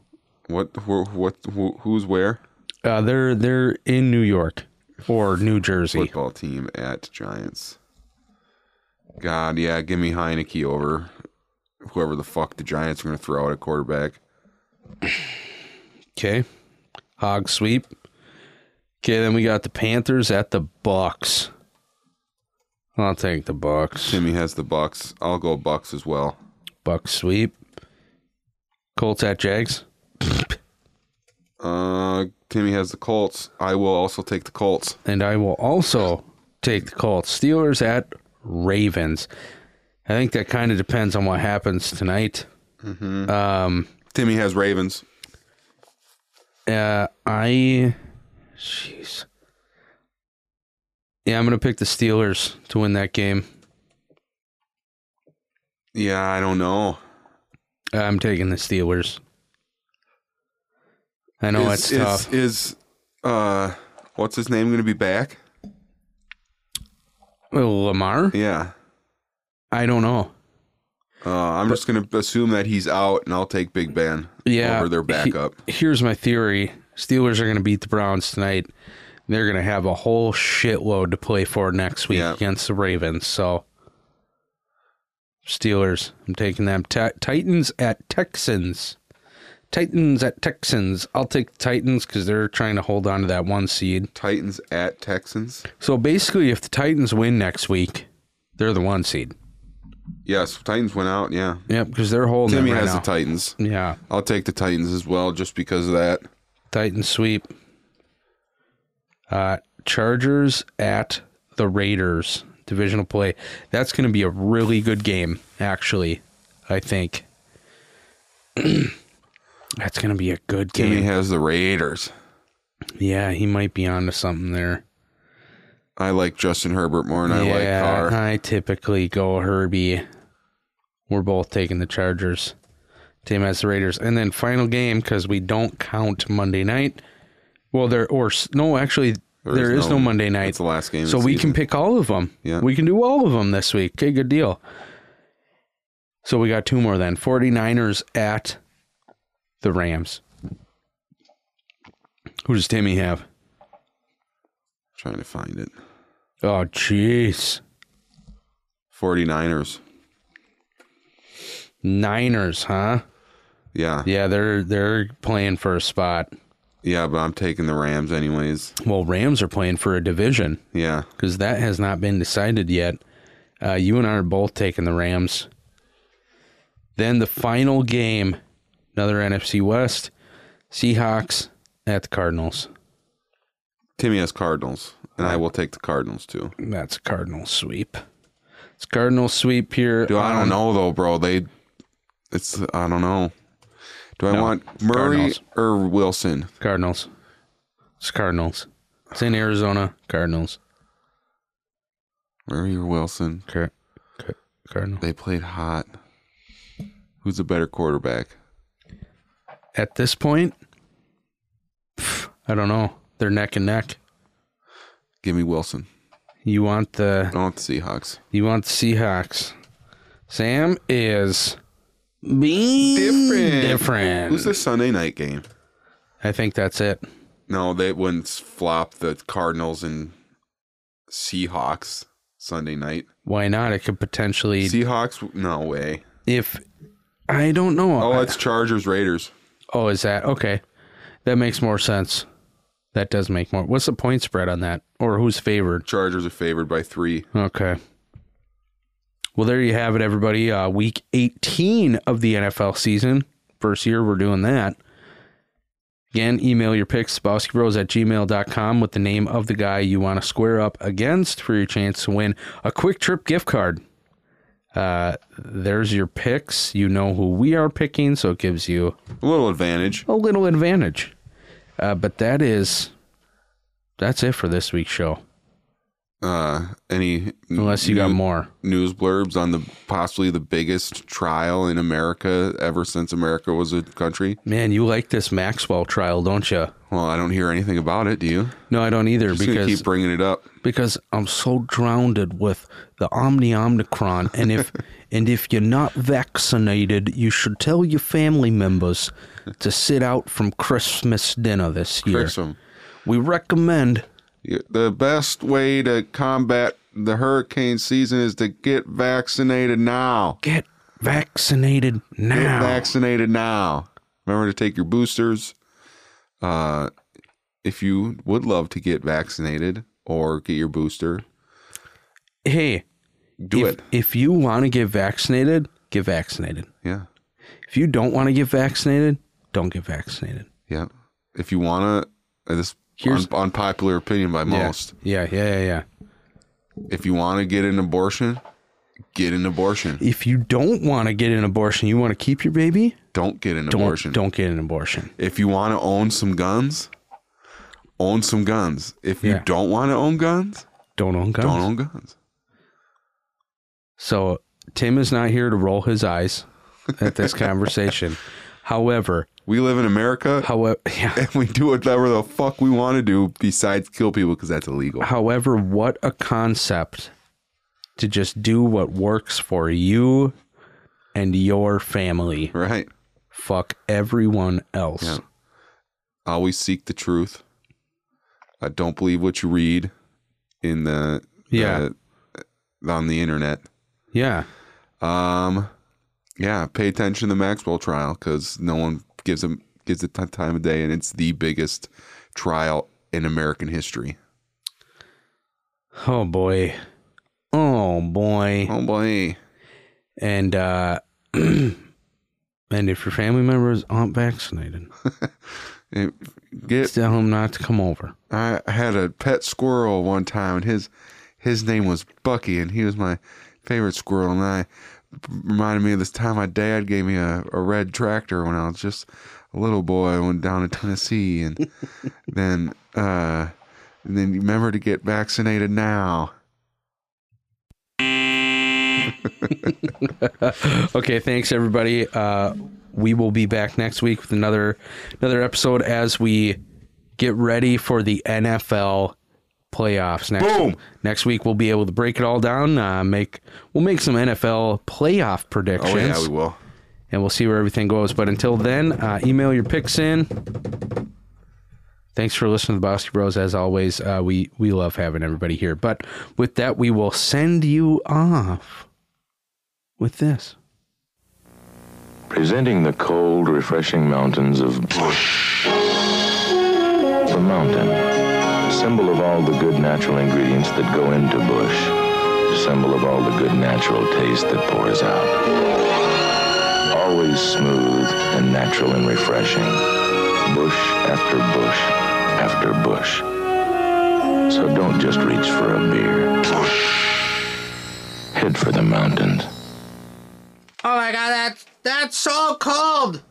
What, wh- what, wh- who's where? Uh, they're they're in New York or New Jersey. Football team at Giants. God, yeah, give me Heineke over whoever the fuck the Giants are going to throw out at quarterback. Okay, Hog sweep. Okay, then we got the Panthers at the Bucks. I'll take the Bucks. Timmy has the Bucks. I'll go Bucks as well. Bucks sweep. Colts at Jags. Uh, Timmy has the Colts. I will also take the Colts. And I will also take the Colts. Steelers at Ravens. I think that kind of depends on what happens tonight. Timmy has Ravens. Uh, I, jeez, yeah, I'm gonna pick the Steelers to win that game. Yeah, I don't know. Uh, I'm taking the Steelers. I know is, it's tough. Is, is uh, what's his name going to be back? Well, Lamar, Yeah. I don't know. Uh, I'm just going to assume that he's out, and I'll take Big Ben Yeah, over their he- backup. here's my theory: Steelers are gonna beat the Browns tonight. They're gonna have a whole shitload to play for next week Yeah. against the Ravens. So, Steelers, I'm taking them. Ti- Titans at Texans. Titans at Texans. I'll take the Titans because they're trying to hold on to that one seed. Titans at Texans. So basically, if the Titans win next week, they're the one seed. Yes, Titans went out. Yeah, Yep, because they're holding. Timmy it right has now. the Titans. Yeah, I'll take the Titans as well, just because of that. Titans sweep. Uh, Chargers at the Raiders divisional play. That's going to be a really good game, actually. I think that's going to be a good game. Timmy has the Raiders. yeah, he might be onto something there. I like Justin Herbert more, and I like yeah, Carr. I typically go Herbie. We're both taking the Chargers. Team has the Raiders, and then final game because we don't count Monday night. Well, there or s- no, actually, there is no, Monday night, It's the last game. of so the we season. can pick all of them. Yeah. we can do all of them this week. Okay, good deal. So we got two more then. 49ers at the Rams. Who does Timmy have? Trying to find it. Oh, jeez. 49ers. Niners, huh? Yeah. yeah, Yeah, they're they're playing for a spot. but I'm taking the Rams anyways. Well, Rams are playing for a division Yeah, because that has not been decided yet. Uh, you and I are both taking the Rams. Then the final game, another NFC West, Seahawks at the Cardinals. Timmy has Cardinals, and I will take the Cardinals too. That's a Cardinal sweep. It's Cardinal sweep here. Dude, I Um, don't know though, bro. They, it's I don't know. Do I want Murray Cardinals. or Wilson? Cardinals. It's Cardinals. It's in Arizona. Cardinals. Murray or Wilson? Car- Car- Cardinals. They played hot. Who's the better quarterback? At this point, pff, I don't know. They're neck and neck. Give me Wilson. You want I the don't want the Seahawks. you want the Seahawks. Sam is being different. Who's the Sunday night game? I think that's it. No, they wouldn't flop the Cardinals and Seahawks Sunday night. Why not? It could potentially Seahawks? No way. if I don't know. Oh, I- it's Chargers Raiders. oh, is that okay? That makes more sense. That does make more. What's the point spread on that? Or who's favored? Chargers are favored by three. Okay. Well, there you have it, everybody. Uh, week 18 of the NFL season. First year we're doing that. Again, email your picks, Bros at gmail.com with the name of the guy you want to square up against for your chance to win a quick trip gift card. Uh, there's your picks. You know who we are picking, so it gives you A little advantage. a little advantage. Uh, but that is, that's it for this week's show. Uh, any Unless you got new- more. news blurbs on the possibly the biggest trial in America ever since America was a country. Man, you like this Maxwell trial, don't you? Well, I don't hear anything about it. Do you? No, I don't either Just gonna because keep bringing it up. because I'm so drowned with the Omni Omnicron, and if and if you're not vaccinated, you should tell your family members to sit out from Christmas dinner this year. Grissom. We recommend Yeah, The best way to combat the hurricane season is to get vaccinated now. get vaccinated Get now. vaccinated now. Remember to take your boosters. Uh, if you would love to get vaccinated or get your booster, hey, do if, it. if you want to get vaccinated, get vaccinated. Yeah. If you don't want to get vaccinated, don't get vaccinated. Yeah. If you want to, this Here's- un- unpopular opinion by Yeah. most. Yeah, yeah, yeah, yeah. If you want to get an abortion, get an abortion. If you don't want to get an abortion, you want to keep your baby, Don't get an don't, abortion. don't get an abortion. If you want to own some guns, own some guns. If you Yeah. don't want to own guns, Don't own guns. don't own guns. So Tim is not here to roll his eyes at this conversation. However, We live in America however, yeah, and we do whatever the fuck we want to do besides kill people because that's illegal. however, what a concept to just do what works for you and your family. Right? Fuck everyone else. Yeah. Always seek the truth. I don't believe what you read in the Yeah. the- on the internet. Yeah. Um, yeah, pay attention to the Maxwell trial because no one gives him gives it that time of day, and it's the biggest trial in American history. Oh boy. Oh boy. Oh boy, And uh and if your family members aren't vaccinated, It- get tell them not to come over. I had a pet squirrel one time, and his his name was Bucky, and he was my favorite squirrel, and I reminded me of this time my dad gave me a, a red tractor when I was just a little boy. I went down to Tennessee, and then uh, and then remember to get vaccinated now. okay thanks everybody uh we will be back next week with another another episode as we get ready for the nfl playoffs next Boom. next week we'll be able to break it all down uh make we'll make some nfl playoff Oh predictions yeah, we will. and we'll see where everything goes but until then uh email your picks in thanks for listening to the Bosky Bros. As always, uh, we we love having everybody here. But with that, we will send you off with this. Presenting the cold, refreshing mountains of The mountain, symbol of all the good natural ingredients that go into bush, symbol of all the good natural taste that pours out. Always smooth and natural and refreshing. Bush after bush after bush. So don't just reach for a beer. Head for the mountains. Oh my god, that's that's so cold.